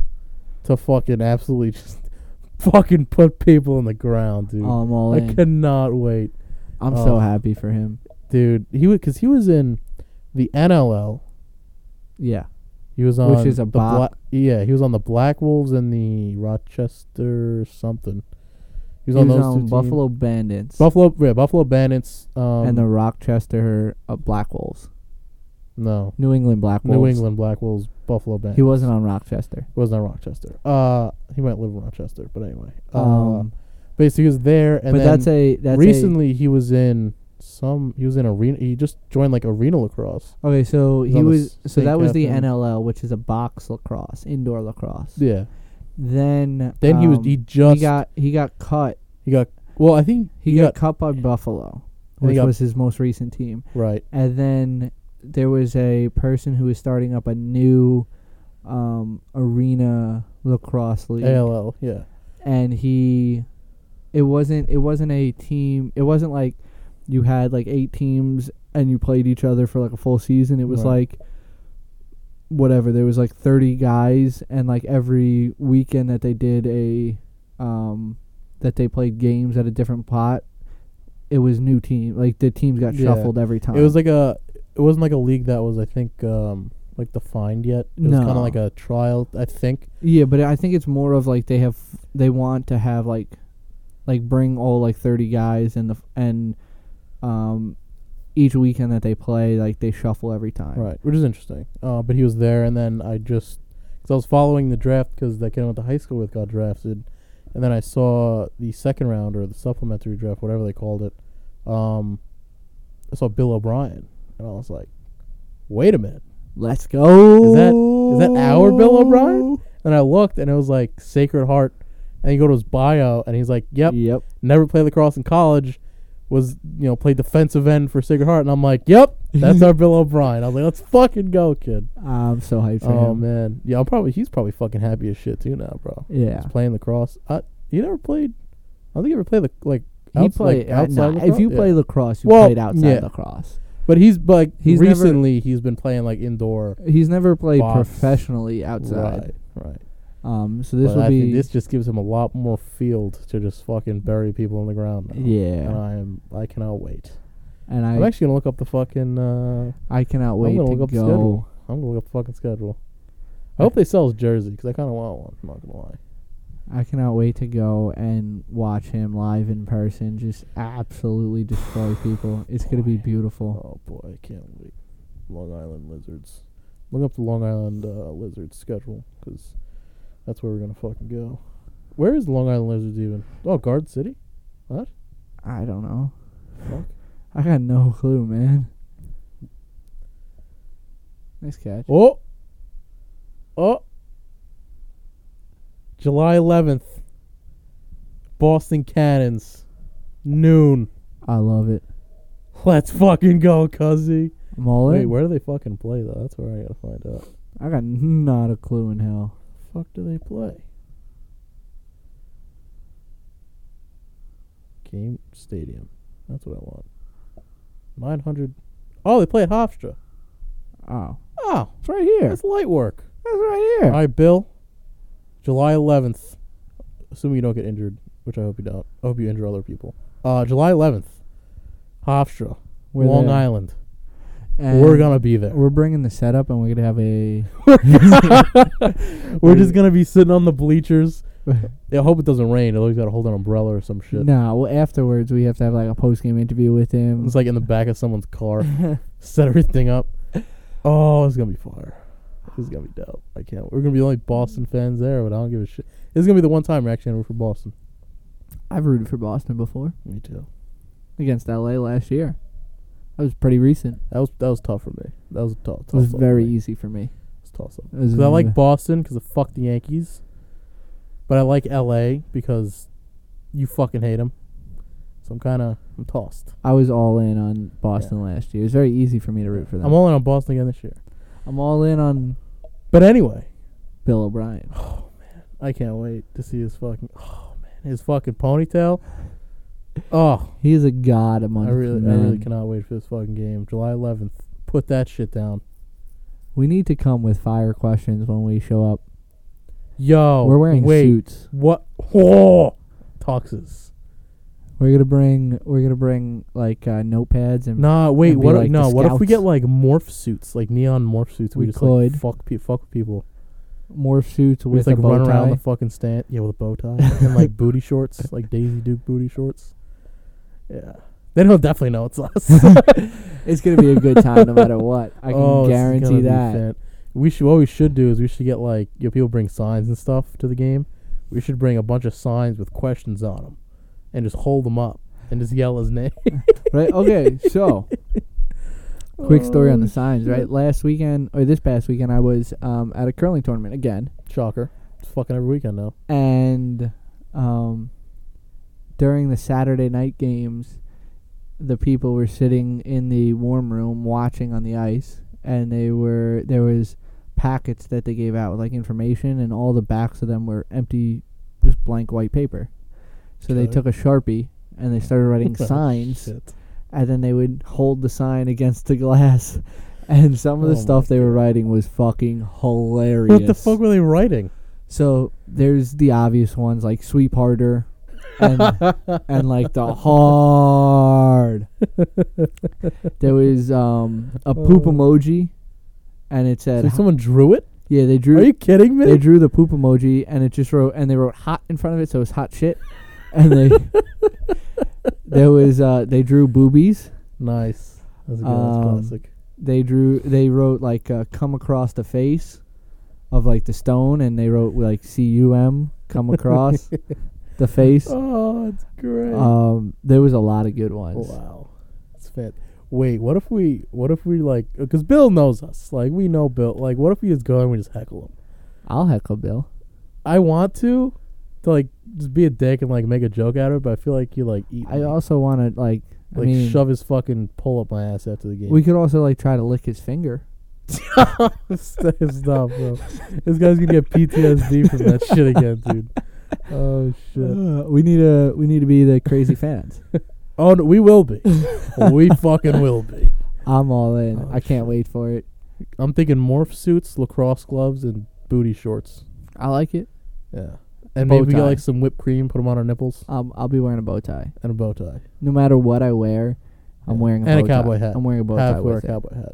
Speaker 3: to fucking absolutely just [laughs] fucking put people in the ground, dude.
Speaker 2: I'm all
Speaker 3: I
Speaker 2: in.
Speaker 3: cannot wait,
Speaker 2: I'm so
Speaker 3: Oh.
Speaker 2: happy for him.
Speaker 3: dude. He was because he was in the NLL.
Speaker 2: Yeah.
Speaker 3: He was on
Speaker 2: Which is a
Speaker 3: the
Speaker 2: bo-
Speaker 3: Bla- Yeah, he was on the Black Wolves and the Rochester something. He was
Speaker 2: He
Speaker 3: on
Speaker 2: was
Speaker 3: those two
Speaker 2: on
Speaker 3: teams.
Speaker 2: um, Buffalo Bandits
Speaker 3: Buffalo, yeah, Buffalo Bandits. Um,
Speaker 2: and the Rochester uh, Black Wolves,
Speaker 3: no
Speaker 2: New England Black Wolves.
Speaker 3: New England Black Wolves, Buffalo Bandits.
Speaker 2: He wasn't on Rochester.
Speaker 3: was not Rochester. Uh, he might live in Rochester, but anyway. Uh,
Speaker 2: Um,
Speaker 3: basically, he was there, and
Speaker 2: but
Speaker 3: then
Speaker 2: that's a that's recently.
Speaker 3: recently he was in some. He was in arena. He just joined like arena lacrosse.
Speaker 2: A, okay, so
Speaker 3: He's
Speaker 2: he
Speaker 3: on the
Speaker 2: was
Speaker 3: s-
Speaker 2: so
Speaker 3: same
Speaker 2: that was the
Speaker 3: captain.
Speaker 2: NLL, which is a box lacrosse, indoor lacrosse.
Speaker 3: Yeah.
Speaker 2: Then
Speaker 3: Then he was
Speaker 2: um,
Speaker 3: he just
Speaker 2: he got he got cut
Speaker 3: He got well. I think
Speaker 2: He, got, cut by Buffalo,
Speaker 3: And he
Speaker 2: which
Speaker 3: got-
Speaker 2: was his most recent team.
Speaker 3: right.
Speaker 2: And then there was a person who was starting up a new um, arena lacrosse league,
Speaker 3: ALL. Yeah.
Speaker 2: and he, it wasn't it wasn't a team. It wasn't like you had like eight teams and you played each other for like a full season. It was
Speaker 3: Right.
Speaker 2: like whatever. There was like thirty guys, and like every weekend that they did a um, that they played games at a different pot. It was new team. Like the teams got
Speaker 3: Yeah.
Speaker 2: shuffled every time.
Speaker 3: It was like a. It wasn't like a league that was I think um like defined yet. It was kind
Speaker 2: No.
Speaker 3: of like a trial. I think.
Speaker 2: Yeah, but I think it's more of like they have they want to have like like bring all like 30 guys and the f- and um each weekend that they play like they shuffle every time.
Speaker 3: Right, which is interesting. Uh, but he was there, and then I just because I was following the draft because that kid I went to high school with got drafted, and then I saw the second round or the supplementary draft, whatever they called it. Um, I saw Bill O'Brien, and I was like, "Wait a minute,
Speaker 2: Let's go.
Speaker 3: is that is that our Bill O'Brien?" And I looked, and it was like Sacred Heart, and you go to his bio, and he's like, "Yep,
Speaker 2: Yep.
Speaker 3: never played lacrosse in college." Was you know played defensive end for Sacred Heart, and I'm like, "Yep, that's our Bill O'Brien." I was like, "Let's fucking go, kid."
Speaker 2: I'm so hyped for
Speaker 3: Oh
Speaker 2: him.
Speaker 3: man, yeah, I'm probably he's probably fucking happy as shit too now, bro.
Speaker 2: Yeah.
Speaker 3: He's playing lacrosse. I you never played. I don't think you ever played the like.
Speaker 2: He
Speaker 3: outs-
Speaker 2: played
Speaker 3: like, outside
Speaker 2: outside.
Speaker 3: lacrosse?
Speaker 2: if you
Speaker 3: Yeah.
Speaker 2: play lacrosse, you
Speaker 3: Well,
Speaker 2: played outside
Speaker 3: yeah.
Speaker 2: lacrosse.
Speaker 3: but he's but, like
Speaker 2: He's never-
Speaker 3: recently he's been playing like indoor.
Speaker 2: He's never played
Speaker 3: Box.
Speaker 2: professionally outside.
Speaker 3: Right, right.
Speaker 2: Um so this
Speaker 3: But
Speaker 2: will
Speaker 3: I think
Speaker 2: be
Speaker 3: this just gives him a lot more field to just fucking bury people in the ground. Now.
Speaker 2: yeah.
Speaker 3: and I am I cannot wait.
Speaker 2: and
Speaker 3: I, am
Speaker 2: I
Speaker 3: actually gonna look up the fucking. Uh,
Speaker 2: I cannot wait
Speaker 3: gonna
Speaker 2: to
Speaker 3: look up the
Speaker 2: go.
Speaker 3: schedule. I'm gonna look up the fucking schedule. I hope they sell his jersey because I kind of want one. I'm not gonna lie.
Speaker 2: I cannot wait to go and watch him live in person. Just absolutely destroy people. It's gonna be beautiful.
Speaker 3: Oh boy, I can't wait. Long Island Lizards. Look up the Long Island uh, Lizards schedule because that's where we're gonna fucking go. Where is Long Island Lizards even? Oh, Guard City.
Speaker 2: I don't know.
Speaker 3: Fuck.
Speaker 2: I got no clue, man. Nice catch.
Speaker 3: Oh. Oh. July 11th. Boston Cannons. Noon.
Speaker 2: I love it.
Speaker 3: Let's fucking go, cuzzy.
Speaker 2: Muller.
Speaker 3: Wait, where do they fucking play though? That's where I gotta find out.
Speaker 2: I got not a clue in hell.
Speaker 3: fuck do they play? Game stadium. That's what I want. 900. Oh, they play at Hofstra.
Speaker 2: Oh,
Speaker 3: Oh,
Speaker 2: it's right here.
Speaker 3: that's light work.
Speaker 2: That's right here.
Speaker 3: All right, Bill. July 11th. Assuming you don't get injured, which I hope you don't. I hope you injure other people. Uh, July 11th. Hofstra,
Speaker 2: We're
Speaker 3: Long
Speaker 2: there.
Speaker 3: Island.
Speaker 2: And
Speaker 3: we're gonna be there.
Speaker 2: We're bringing the setup, and we're [laughs] gonna have a.
Speaker 3: We're just gonna be sitting on the bleachers. I hope it doesn't rain. Although he's gotta hold an umbrella or some [laughs] shit.
Speaker 2: no, well, afterwards we have to have like a post game interview with him.
Speaker 3: It's like in the back of someone's
Speaker 2: [laughs]
Speaker 3: car. Set everything up. Oh, it's gonna be fire. It's gonna be dope. I can't. We're gonna be the only Boston fans there, but I don't give a shit. This is gonna be the one time we're actually gonna root for Boston.
Speaker 2: I've rooted for Boston before.
Speaker 3: Me too.
Speaker 2: against LA last year. That was pretty recent.
Speaker 3: That was that was tough for me. That was a tough. tough
Speaker 2: It was
Speaker 3: up
Speaker 2: very
Speaker 3: for me.
Speaker 2: easy for me.
Speaker 3: It was toss up.
Speaker 2: It was
Speaker 3: Because I like
Speaker 2: very-
Speaker 3: Boston because of fuck the Yankees, but I like L.A. because you fucking hate them. So I'm kind of I'm tossed.
Speaker 2: I was all in on Boston last year. It was very easy for me to root for them.
Speaker 3: I'm all in on Boston again this year.
Speaker 2: I'm all in on
Speaker 3: But anyway,
Speaker 2: Bill O'Brien.
Speaker 3: I can't wait to see his fucking oh man his fucking ponytail. Oh.
Speaker 2: He is a god among
Speaker 3: I really,
Speaker 2: men.
Speaker 3: I really cannot wait for this fucking game. July 11th. Put that shit down.
Speaker 2: We need to come with fire questions when we show up.
Speaker 3: Yo,
Speaker 2: We're wearing
Speaker 3: Oh, wait,
Speaker 2: suits.
Speaker 3: What? Oh, Toxes.
Speaker 2: We're gonna bring. We're gonna bring like uh, notepads and.
Speaker 3: Nah, wait.
Speaker 2: And be
Speaker 3: What?
Speaker 2: like
Speaker 3: no.
Speaker 2: the
Speaker 3: What if we get
Speaker 2: scouts.
Speaker 3: like morph suits, like neon morph suits? We,
Speaker 2: We
Speaker 3: just
Speaker 2: could.
Speaker 3: like fuck, pe- fuck with people.
Speaker 2: more suits
Speaker 3: We
Speaker 2: with
Speaker 3: just like
Speaker 2: a bow
Speaker 3: run around
Speaker 2: tie.
Speaker 3: the fucking stand. Yeah, with a bow tie and like booty shorts, like Daisy Duke booty shorts. Yeah, then he'll definitely know it's us.
Speaker 2: it's gonna be a good time no matter what.
Speaker 3: [laughs]
Speaker 2: I can
Speaker 3: Oh, this is gonna
Speaker 2: guarantee
Speaker 3: be
Speaker 2: that.
Speaker 3: fan- We should what we should do is we should get like you know, people bring signs and stuff to the game. We should bring a bunch of signs with questions on them, and just hold them up and just yell his [laughs] name.
Speaker 2: Right? Okay. So.
Speaker 3: [laughs]
Speaker 2: Quick story on the signs,
Speaker 3: Oh, shit.
Speaker 2: right? Last weekend or this past weekend, I was um, at a curling tournament again,
Speaker 3: shocker. It's fucking every weekend now.
Speaker 2: and um, during the Saturday night games, the people were sitting in the warm room watching on the ice, and they were there was packets that they gave out with like information, and all the backs of them were empty, just blank white paper. So they
Speaker 3: Okay.
Speaker 2: took a sharpie and they started
Speaker 3: [laughs]
Speaker 2: writing
Speaker 3: Oh,
Speaker 2: signs,
Speaker 3: shit.
Speaker 2: and then they would hold the sign against the glass. [laughs] And some of the
Speaker 3: Oh my
Speaker 2: stuff they were
Speaker 3: God.
Speaker 2: writing was fucking hilarious.
Speaker 3: What the fuck were they writing?
Speaker 2: So there's the obvious ones like sweep harder,
Speaker 3: [laughs]
Speaker 2: and, and like the hard. there was um, a poop
Speaker 3: Oh.
Speaker 2: emoji, and it said
Speaker 3: Like someone drew it?
Speaker 2: yeah they
Speaker 3: Are
Speaker 2: drew
Speaker 3: you kidding me?
Speaker 2: they drew the poop emoji and it just wrote and they wrote hot in front of it so it was hot shit,
Speaker 3: [laughs]
Speaker 2: and they [laughs] there was uh, they drew boobies
Speaker 3: nice. That's a good
Speaker 2: Um,
Speaker 3: one's classic.
Speaker 2: they drew they wrote like uh, come across the face of like the stone and they wrote like C U M come
Speaker 3: [laughs]
Speaker 2: across the face.
Speaker 3: Oh, it's great.
Speaker 2: Um, there was a lot of good ones.
Speaker 3: Wow, that's fit. Wait, what if we? What if we like? Because Bill knows us. Like we know Bill. Like what if we just go and we just heckle him?
Speaker 2: I'll heckle Bill.
Speaker 3: I want to, to like just be a dick and like make a joke out of it, but I feel like you like eat.
Speaker 2: I
Speaker 3: me.
Speaker 2: also want to like. I
Speaker 3: like
Speaker 2: mean,
Speaker 3: shove his fucking pull up my ass after the game. [laughs]
Speaker 2: we could also like try to lick his finger.
Speaker 3: stop, stop, bro. This guy's gonna get PTSD from
Speaker 2: [laughs]
Speaker 3: that shit again, dude. Oh shit.
Speaker 2: Uh, we need to we need to be
Speaker 3: [laughs]
Speaker 2: the crazy fans.
Speaker 3: Oh, no, we will
Speaker 2: [laughs]
Speaker 3: be. we fucking will be.
Speaker 2: I'm all in.
Speaker 3: Oh,
Speaker 2: I can't wait for it.
Speaker 3: I'm thinking morph suits, lacrosse gloves, and booty shorts.
Speaker 2: I like it.
Speaker 3: Yeah. And
Speaker 2: Bow
Speaker 3: maybe we get
Speaker 2: tie.
Speaker 3: like some whipped cream, put them on our nipples,
Speaker 2: Um, I'll be wearing a bow tie.
Speaker 3: and a bow tie.
Speaker 2: No matter what I wear, I'm
Speaker 3: Yeah.
Speaker 2: wearing a
Speaker 3: And a
Speaker 2: bow tie.
Speaker 3: cowboy hat.
Speaker 2: I'm wearing a bow
Speaker 3: Have
Speaker 2: tie
Speaker 3: to wear a
Speaker 2: with it.
Speaker 3: cowboy hat.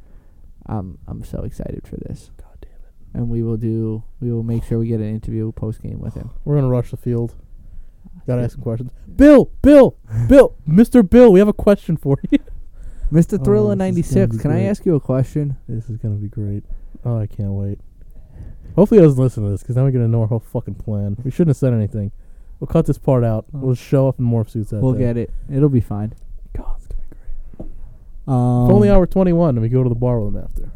Speaker 2: I'm I'm so excited for this,
Speaker 3: God damn it.
Speaker 2: and we will do. We will make sure we get an interview post game with him.
Speaker 3: We're gonna rush the field. [sighs] Gotta ask some questions. Bill, Bill, Bill, [laughs] Mr. Bill, we have a question for you. [laughs]
Speaker 2: Mr.
Speaker 3: Oh,
Speaker 2: Thriller
Speaker 3: this is gonna
Speaker 2: ninety six.
Speaker 3: be
Speaker 2: Can I
Speaker 3: great.
Speaker 2: ask you a question?
Speaker 3: This is gonna be great. Oh, I can't wait. Hopefully, he doesn't listen to this because now we're gonna know our whole fucking plan. We shouldn't have said anything. We'll cut this part out. We'll show off in morph suits. That
Speaker 2: Oh. We'll
Speaker 3: day.
Speaker 2: get it. It'll be fine.
Speaker 3: God, it's gonna be great.
Speaker 2: Um,
Speaker 3: If only I were 21 and we go to the bar with him after.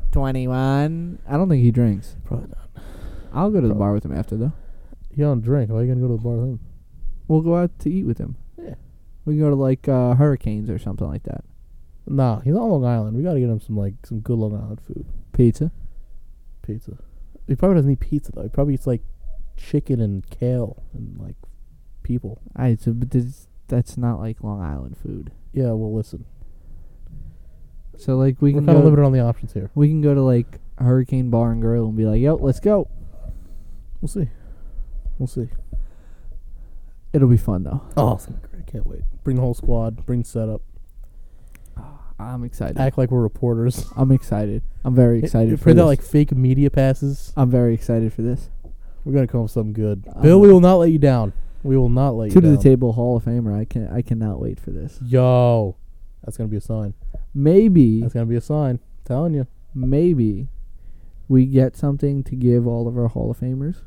Speaker 2: 21. I don't think he drinks.
Speaker 3: Probably not.
Speaker 2: I'll go to the
Speaker 3: Probably.
Speaker 2: bar with him after, though.
Speaker 3: He don't drink. Why are you gonna go to the bar with him?
Speaker 2: We'll go out to eat with him.
Speaker 3: Yeah.
Speaker 2: We can go to, like, uh, Hurricanes or something like that.
Speaker 3: Nah, he's on Long Island. We gotta get him some like some good Long Island food.
Speaker 2: Pizza.
Speaker 3: Pizza. He probably doesn't eat pizza though. He probably eats like chicken and kale and like people.
Speaker 2: I, so, but this, that's not, like, Long Island food.
Speaker 3: Yeah, well listen.
Speaker 2: So, like, we
Speaker 3: We're
Speaker 2: can
Speaker 3: kinda
Speaker 2: go,
Speaker 3: limited on the options here.
Speaker 2: we can go to, like, Hurricane Bar and Grill and be like, yo, let's go.
Speaker 3: We'll see. We'll see.
Speaker 2: It'll be fun, though.
Speaker 3: Oh, it's gonna be great. Can't wait. Bring the whole squad, bring setup.
Speaker 2: Ah, I'm excited.
Speaker 3: Act like we're reporters.
Speaker 2: I'm excited. I'm very [laughs] excited for
Speaker 3: for that
Speaker 2: this.
Speaker 3: like fake media passes.
Speaker 2: I'm very excited for this.
Speaker 3: We're gonna come up with something good.
Speaker 2: I'm
Speaker 3: Bill, we
Speaker 2: not-
Speaker 3: will not let you down. We will not let
Speaker 2: Two
Speaker 3: you
Speaker 2: to
Speaker 3: down.
Speaker 2: the table Hall of Famer. I can I cannot wait for
Speaker 3: Mm.
Speaker 2: this.
Speaker 3: Yo. That's gonna be a sign.
Speaker 2: Maybe
Speaker 3: That's gonna be a sign. telling you.
Speaker 2: maybe we get something to give all of our Hall of Famers.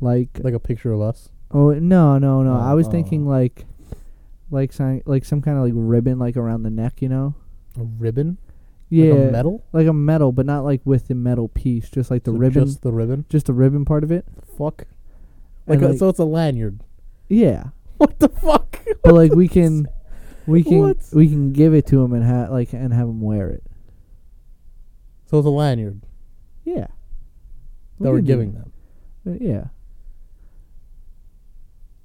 Speaker 2: Like,
Speaker 3: Like a picture of us.
Speaker 2: oh no no no! I was
Speaker 3: Oh, oh,
Speaker 2: thinking
Speaker 3: oh.
Speaker 2: like, like some like some kind of like ribbon like around the neck, you know?
Speaker 3: A ribbon?
Speaker 2: Yeah,
Speaker 3: Like a medal?
Speaker 2: like a medal, but not like with the metal piece, just like the
Speaker 3: So
Speaker 2: ribbon, just,
Speaker 3: Just the ribbon.
Speaker 2: the ribbon part of it.
Speaker 3: Fuck. Like,
Speaker 2: And,
Speaker 3: a,
Speaker 2: like-
Speaker 3: so it's a lanyard. [laughs]
Speaker 2: Yeah,
Speaker 3: What the fuck?
Speaker 2: but like
Speaker 3: [laughs]
Speaker 2: we can, we can
Speaker 3: What?
Speaker 2: we can give it to him and ha- like and have him wear it.
Speaker 3: So it's a lanyard
Speaker 2: Yeah,
Speaker 3: that we're giving
Speaker 2: them.
Speaker 3: them.
Speaker 2: Yeah,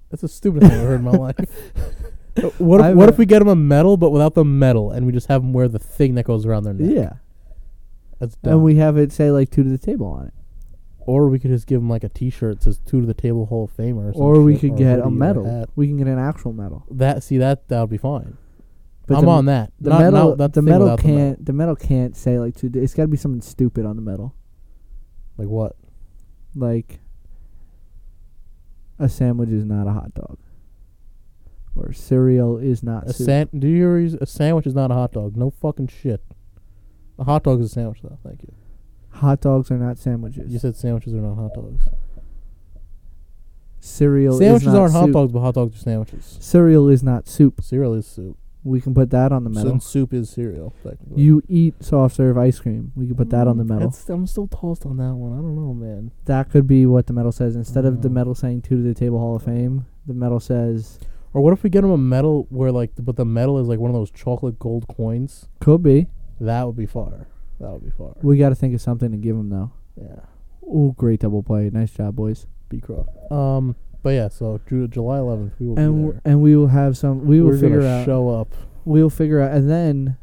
Speaker 3: That's the stupidest thing I've heard in my
Speaker 2: [laughs]
Speaker 3: life. [laughs] Uh, What if,
Speaker 2: I've,
Speaker 3: what
Speaker 2: uh,
Speaker 3: if we get them a medal but without the medal and we just have them wear the thing that goes around their neck?
Speaker 2: yeah,
Speaker 3: That's
Speaker 2: and
Speaker 3: dumb.
Speaker 2: we have it say like two to the table on it.
Speaker 3: or we could just give them like a T-shirt that says "Two to the Table Hall of Famer," or, some
Speaker 2: or we
Speaker 3: shit,
Speaker 2: could get
Speaker 3: hoodie
Speaker 2: a
Speaker 3: or
Speaker 2: medal.
Speaker 3: hat.
Speaker 2: We can get an actual medal.
Speaker 3: That see that that would be fine.
Speaker 2: But
Speaker 3: I'm
Speaker 2: the,
Speaker 3: on that.
Speaker 2: The
Speaker 3: Not-
Speaker 2: medal.
Speaker 3: not that
Speaker 2: the
Speaker 3: thing
Speaker 2: medal
Speaker 3: without the
Speaker 2: can't. The medal. can't say like two. It's got to be something stupid on the medal,
Speaker 3: Like what?
Speaker 2: like a sandwich is not a hot dog, or cereal is not
Speaker 3: A
Speaker 2: soup.
Speaker 3: san- do you ever use- a sandwich is not a hot dog? No fucking shit. A hot dog is a sandwich though. Thank you.
Speaker 2: hot dogs are not sandwiches.
Speaker 3: You said sandwiches are not hot dogs.
Speaker 2: cereal
Speaker 3: Sandwiches
Speaker 2: is not
Speaker 3: aren't hot
Speaker 2: soup.
Speaker 3: dogs, but hot dogs are sandwiches.
Speaker 2: Cereal is not soup.
Speaker 3: Cereal is soup.
Speaker 2: We can put that on the
Speaker 3: So
Speaker 2: medal.
Speaker 3: and soup is cereal, technically.
Speaker 2: you eat soft serve ice cream. We can put that on the
Speaker 3: Mm,
Speaker 2: medal.
Speaker 3: that's- I'm still tossed on that one. I don't know, man.
Speaker 2: That could be what the medal says. Instead of the
Speaker 3: Oh.
Speaker 2: medal saying two to the table Hall of Fame, the medal says
Speaker 3: Or what if we get him a medal where like, th- but the medal is like one of those chocolate gold coins?
Speaker 2: Could be.
Speaker 3: That would be fire. That would be fire.
Speaker 2: We got to think of something to give him though.
Speaker 3: Yeah,
Speaker 2: Oh, great double play. Nice job, boys.
Speaker 3: B Croft. Um, but yeah, so Ju- July 11th we will
Speaker 2: and
Speaker 3: be
Speaker 2: w-
Speaker 3: there.
Speaker 2: and we will have some. We will
Speaker 3: We're
Speaker 2: figure
Speaker 3: gonna
Speaker 2: out.
Speaker 3: show up.
Speaker 2: We'll figure out, and then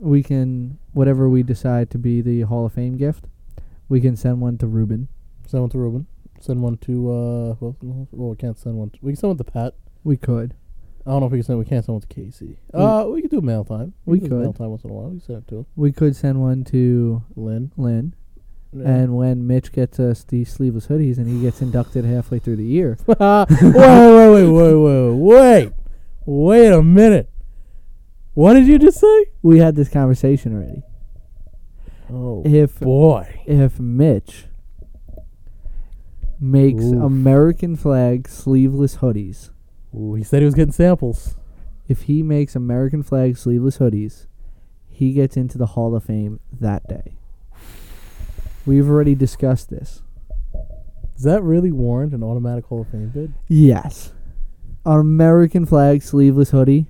Speaker 2: we can whatever we decide to be the Hall of Fame gift, we can send one to Ruben.
Speaker 3: Send one to Ruben. Send one to uh. Well, no, well we can't send one. To, we can send one to Pat.
Speaker 2: We could.
Speaker 3: I don't know if we can send. We can't send one to Casey. Uh, we could do mail time.
Speaker 2: We
Speaker 3: can do mail
Speaker 2: could.
Speaker 3: time once in a while. We can send it to
Speaker 2: We could send one to
Speaker 3: Lynn.
Speaker 2: Lynn, and when Mitch gets us the sleeveless hoodies and he gets inducted halfway through the year, [laughs]
Speaker 3: wait, wait, wait, wait, wait, wait, wait a minute. What did you just say?
Speaker 2: we had this conversation already.
Speaker 3: Oh
Speaker 2: If
Speaker 3: boy,
Speaker 2: if Mitch makes
Speaker 3: Oof.
Speaker 2: American flag sleeveless hoodies,
Speaker 3: Ooh, he said he was getting samples.
Speaker 2: if he makes American flag sleeveless hoodies, he gets into the Hall of Fame that day. We've already discussed this.
Speaker 3: Does that really warrant an automatic Hall of Fame bid?
Speaker 2: Yes. An American flag sleeveless hoodie.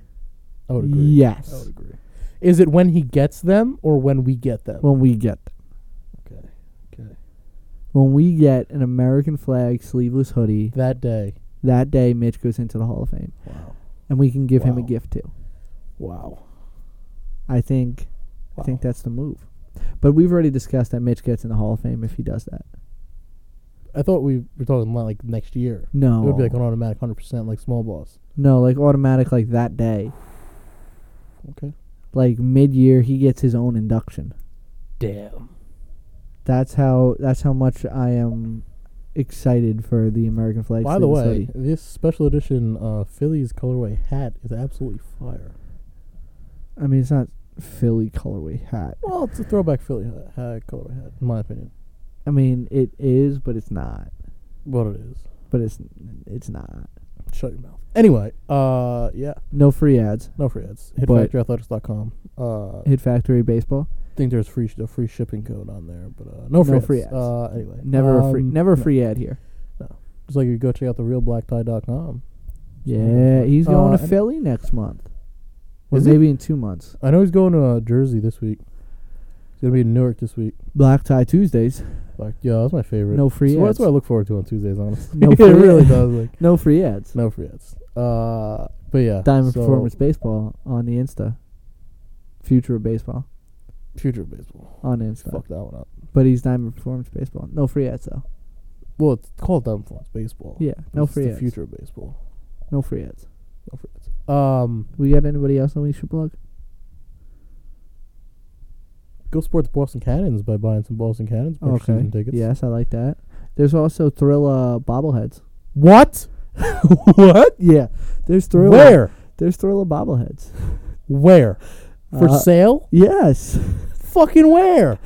Speaker 3: I would agree. I would
Speaker 2: Yes.
Speaker 3: agree. Is it when he gets them or when we get them?
Speaker 2: When we get
Speaker 3: okay,
Speaker 2: when we get an American flag sleeveless hoodie,
Speaker 3: that day.
Speaker 2: that day Mitch goes into the Hall of Fame
Speaker 3: Wow,
Speaker 2: and we can give him a
Speaker 3: Wow.
Speaker 2: gift too.
Speaker 3: wow,
Speaker 2: I think I think that's the move. But we've already discussed that Mitch gets in the Hall of Fame if he does that.
Speaker 3: I thought we were talking li- like next year.
Speaker 2: No.
Speaker 3: It would be like an automatic hundred percent, like small boss.
Speaker 2: No, like automatic, like that day.
Speaker 3: Okay.
Speaker 2: Like mid year, he gets his own induction.
Speaker 3: Damn.
Speaker 2: That's how. That's how much I am excited for the American flag.
Speaker 3: By the way,
Speaker 2: sleeveless hoodie.
Speaker 3: this special edition uh, Phillies colorway hat is absolutely fire.
Speaker 2: I mean, it's not Philly colorway hat.
Speaker 3: Well, it's a throwback Philly hat, hat colorway hat, in my opinion.
Speaker 2: I mean, it is, but it's not.
Speaker 3: What it is.
Speaker 2: But it's it's not.
Speaker 3: Shut your mouth. Anyway, uh, yeah,
Speaker 2: No free ads.
Speaker 3: no free ads.
Speaker 2: But-
Speaker 3: HitFactoryAthletics.com. Uh,
Speaker 2: Hit Factory Baseball.
Speaker 3: I think there's free sh- a free shipping code on there, but uh, no free
Speaker 2: No
Speaker 3: ads.
Speaker 2: free ads.
Speaker 3: Uh, anyway,
Speaker 2: Never a free.
Speaker 3: um,
Speaker 2: Never a
Speaker 3: no.
Speaker 2: free ad here.
Speaker 3: It's like you go check out the realblacktie.com.
Speaker 2: Yeah, he's going
Speaker 3: Uh,
Speaker 2: to
Speaker 3: and-
Speaker 2: Philly next month. Or
Speaker 3: Is he?
Speaker 2: maybe in two months.
Speaker 3: I know he's going to uh, Jersey this week. He's gonna be in Newark this week.
Speaker 2: Black tie Tuesdays.
Speaker 3: Like, yeah, that's my favorite.
Speaker 2: No free
Speaker 3: So
Speaker 2: ads.
Speaker 3: That's what I look forward to on Tuesdays, honestly. [laughs]
Speaker 2: No
Speaker 3: it
Speaker 2: free
Speaker 3: really
Speaker 2: ads.
Speaker 3: does. Like,
Speaker 2: No free ads.
Speaker 3: no free ads. Uh, but yeah,
Speaker 2: Diamond
Speaker 3: so-
Speaker 2: Performance Baseball on the Insta. Future of Baseball
Speaker 3: future of baseball.
Speaker 2: on Insta.
Speaker 3: Fuck that one up.
Speaker 2: But he's Diamond Performance Baseball. No free ads though.
Speaker 3: Well, it's called Diamond Performance Baseball.
Speaker 2: Yeah, no
Speaker 3: it's
Speaker 2: free
Speaker 3: the
Speaker 2: ads.
Speaker 3: future of baseball.
Speaker 2: No free ads.
Speaker 3: No free ads. Um,
Speaker 2: We got anybody else that we should plug?
Speaker 3: go support the Boston Cannons by buying some Boston Cannons okay.
Speaker 2: Okay.
Speaker 3: tickets.
Speaker 2: Yes, I like that. There's also Thrilla bobbleheads.
Speaker 3: What? [laughs] what?
Speaker 2: Yeah, there's Thrilla.
Speaker 3: Where?
Speaker 2: There's Thrilla bobbleheads.
Speaker 3: Where? For
Speaker 2: Uh,
Speaker 3: sale?
Speaker 2: Yes, [laughs]
Speaker 3: Fucking where?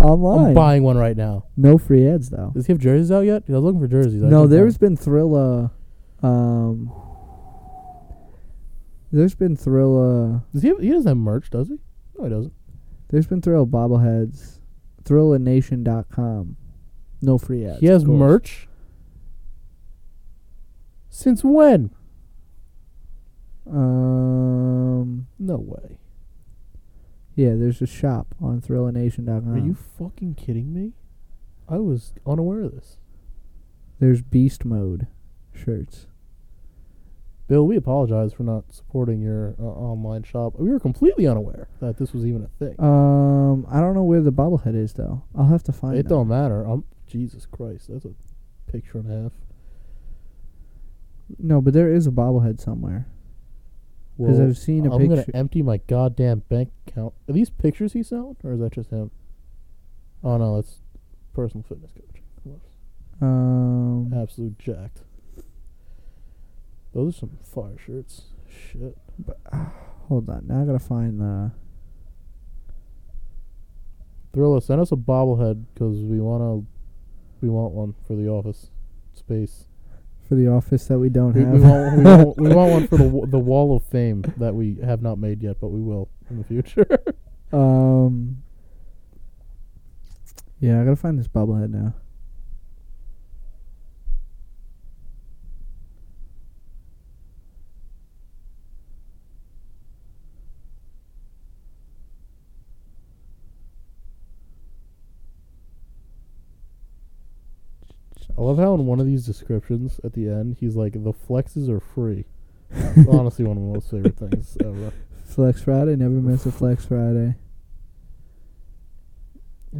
Speaker 2: online.
Speaker 3: I'm buying one right now.
Speaker 2: no free ads though.
Speaker 3: Does he have jerseys out yet? 'Cause I was looking for jerseys. I
Speaker 2: No,
Speaker 3: couldn't
Speaker 2: there's
Speaker 3: find
Speaker 2: been Thrilla. Um, there's been Thrilla.
Speaker 3: them. Does he? Have, he doesn't have merch, does he? No, he doesn't.
Speaker 2: There's been Thrilla bobbleheads. ThrillaNation.com. No free ads.
Speaker 3: he has
Speaker 2: of course.
Speaker 3: merch. Since when?
Speaker 2: Um.
Speaker 3: No way.
Speaker 2: Yeah, there's a shop on ThrillaNation.com.
Speaker 3: Are you fucking kidding me? I was unaware of this.
Speaker 2: There's Beast Mode shirts.
Speaker 3: Bill, we apologize for not supporting your uh, online shop. We were completely unaware that this was even a thing.
Speaker 2: Um, I don't know where the bobblehead is though. I'll have to find
Speaker 3: it
Speaker 2: that.
Speaker 3: don't matter. I'm Jesus Christ. That's a picture and a half.
Speaker 2: No, but there is a bobblehead somewhere. Because I've seen a
Speaker 3: I'm gonna
Speaker 2: picture-
Speaker 3: empty my goddamn bank account. Are these pictures he sent, or is that just him? Oh no, that's personal fitness coach. Whoops.
Speaker 2: Um,
Speaker 3: Absolute jacked. Those are some fire shirts. Shit.
Speaker 2: hold on. Now I gotta find the.
Speaker 3: Thriller, send us a bobblehead because we wanna, we want one for the office space.
Speaker 2: for the office that we don't
Speaker 3: We,
Speaker 2: have.
Speaker 3: we, want, we, want, we want one for the,
Speaker 2: [laughs]
Speaker 3: wa- the wall of fame that we have not made yet, but we will in the
Speaker 2: [laughs]
Speaker 3: future.
Speaker 2: um. Yeah, I gotta find this bobblehead now.
Speaker 3: I love how in one of these descriptions at the end, he's like, the flexes are
Speaker 2: [laughs]
Speaker 3: free. It's honestly one of my most favorite things ever.
Speaker 4: Flex Friday. Never miss a Flex Friday.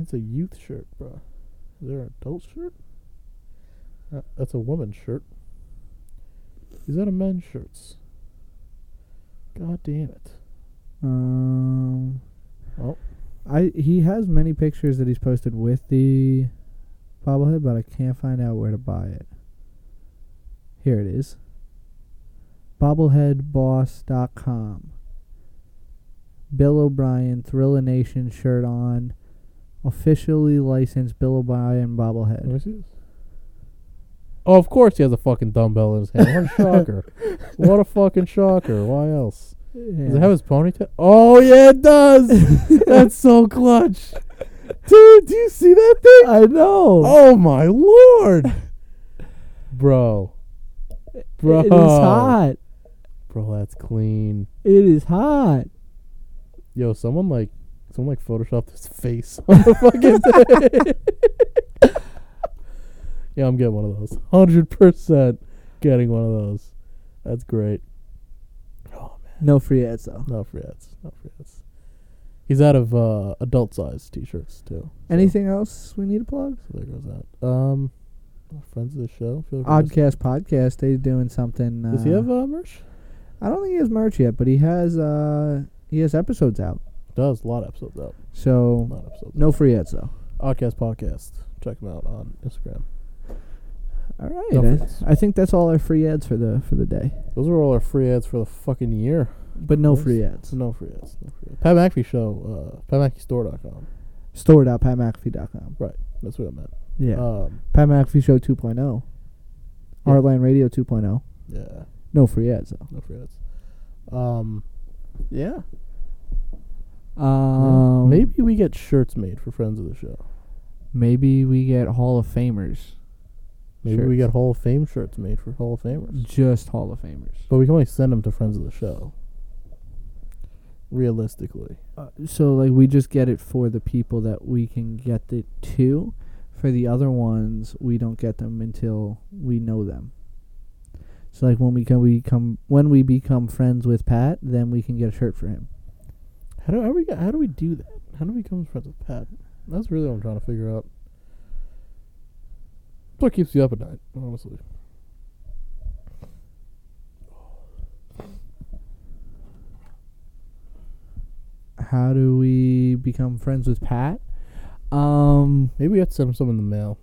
Speaker 3: It's a youth shirt, bro. Is there an adult shirt? Uh, that's a woman's shirt. Is that a men's shirts? God damn it.
Speaker 4: Um,
Speaker 3: Oh.
Speaker 4: I he has many pictures that he's posted with the bobblehead, but I can't find out where to buy it. Here it is. Bobbleheadboss.com. Bill O'Brien Thrilla Nation shirt on. Officially licensed Bill O'Brien
Speaker 3: Let
Speaker 4: bobblehead.
Speaker 3: me see this. Oh, of course he has a fucking dumbbell in his hand.
Speaker 4: [laughs]
Speaker 3: What a shocker. what a fucking shocker. Why else? Does it
Speaker 4: Yeah.
Speaker 3: have his ponytail? Oh, yeah, it
Speaker 4: [laughs]
Speaker 3: does. That's so clutch. Dude, do you see that thing?
Speaker 4: [laughs] I know.
Speaker 3: Oh, my lord. Bro. Bro.
Speaker 4: It is hot.
Speaker 3: Bro, that's clean.
Speaker 4: It is hot.
Speaker 3: Yo, someone like, someone like photoshopped his face on the
Speaker 4: [laughs]
Speaker 3: fucking thing. yeah, I'm getting one of those. Hundred percent getting one of those. That's great. Oh man,
Speaker 4: No free ads though.
Speaker 3: no free ads, no free ads. He's out of uh, adult size t-shirts too. so-
Speaker 4: Anything else we need to plug?
Speaker 3: So there goes that. Um, friends of the show. Feel free to-
Speaker 4: Oddcast podcast. They doing something. Uh,
Speaker 3: Does he have uh, merch?
Speaker 4: I don't think he has merch yet, but he has. Uh, he has episodes out.
Speaker 3: Does a lot of episodes out. A
Speaker 4: So
Speaker 3: lot of episodes.
Speaker 4: no free ads though.
Speaker 3: Oddcast podcast. Check him out on Instagram.
Speaker 4: All right.
Speaker 3: No free
Speaker 4: I-
Speaker 3: ads.
Speaker 4: I, think that's all our free ads for the for the day,
Speaker 3: Those are all our free ads for the fucking year.
Speaker 4: but no
Speaker 3: Nice.
Speaker 4: free ads.
Speaker 3: No free ads. No free ads. Pat McAfee Show, uh, PatMcAfeeStore.com.
Speaker 4: Store.patmcafee.com.
Speaker 3: That's what I meant.
Speaker 4: Yeah.
Speaker 3: Um,
Speaker 4: Pat McAfee Show 2.0.
Speaker 3: Yeah.
Speaker 4: Heartland Radio 2.0.
Speaker 3: yeah.
Speaker 4: No free ads though.
Speaker 3: No free ads. Um, yeah.
Speaker 2: Um,
Speaker 3: Maybe we get shirts made for friends of the show.
Speaker 2: maybe we get Hall of Famers,
Speaker 3: Maybe we
Speaker 2: Shirts.
Speaker 3: get Hall of Fame shirts made for Hall of Famers.
Speaker 2: just Hall of Famers.
Speaker 3: But we can only send them to friends of the show. Realistically.
Speaker 2: Uh,
Speaker 4: So like we just get it for the people that we can get it to. For the other ones, we don't get them until we know them. So like when we can we come when we become friends with Pat, then we can get a shirt for him.
Speaker 3: How do, how, we, how do we do that? How do we become friends with Pat? That's really what I'm trying to figure out. It's what keeps you up at night, honestly.
Speaker 4: How do we become friends with Pat?
Speaker 2: um,
Speaker 3: Maybe we have to send him some in the mail.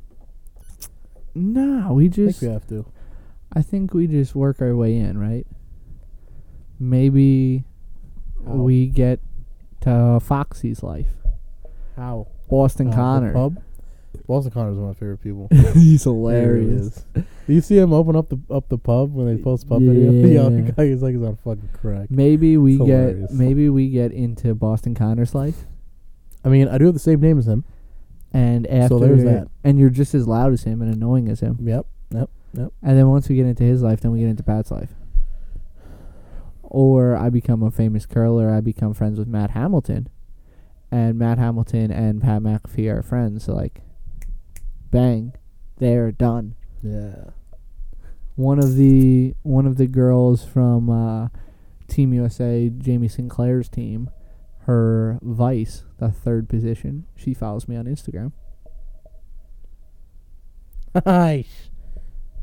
Speaker 4: Nah, we
Speaker 3: I
Speaker 4: just
Speaker 3: think we have to.
Speaker 2: I think we just work our way in, right? Maybe
Speaker 3: How?
Speaker 2: we get to Foxy's life.
Speaker 3: How?
Speaker 2: Boston
Speaker 3: Uh, The
Speaker 2: Connor.
Speaker 3: pub. Boston Connor's one of my favorite people.
Speaker 2: [laughs] He's
Speaker 3: He really is. Do you see him open up the up the pub when they post pub video? [laughs] Yo,
Speaker 2: Yeah.
Speaker 3: the guy is like he's on fucking crack.
Speaker 2: Maybe we
Speaker 3: It's
Speaker 2: get
Speaker 3: hilarious.
Speaker 2: maybe we get into Boston Connor's life,
Speaker 3: I mean, I do have the same name as him.
Speaker 2: and after
Speaker 3: So there's that.
Speaker 2: and you're just as loud as him and annoying as him,
Speaker 3: Yep. Yep.
Speaker 2: and then once we get into his life, then we get into Pat's life. Or I become a famous curler. I become friends with Matt Hamilton, and Matt Hamilton and Pat McAfee are friends. So like, bang, they're done.
Speaker 3: Yeah.
Speaker 2: one of the one of the girls from uh, Team USA, Jamie Sinclair's team, her vice, the third position, she follows me on Instagram.
Speaker 3: [laughs] Nice.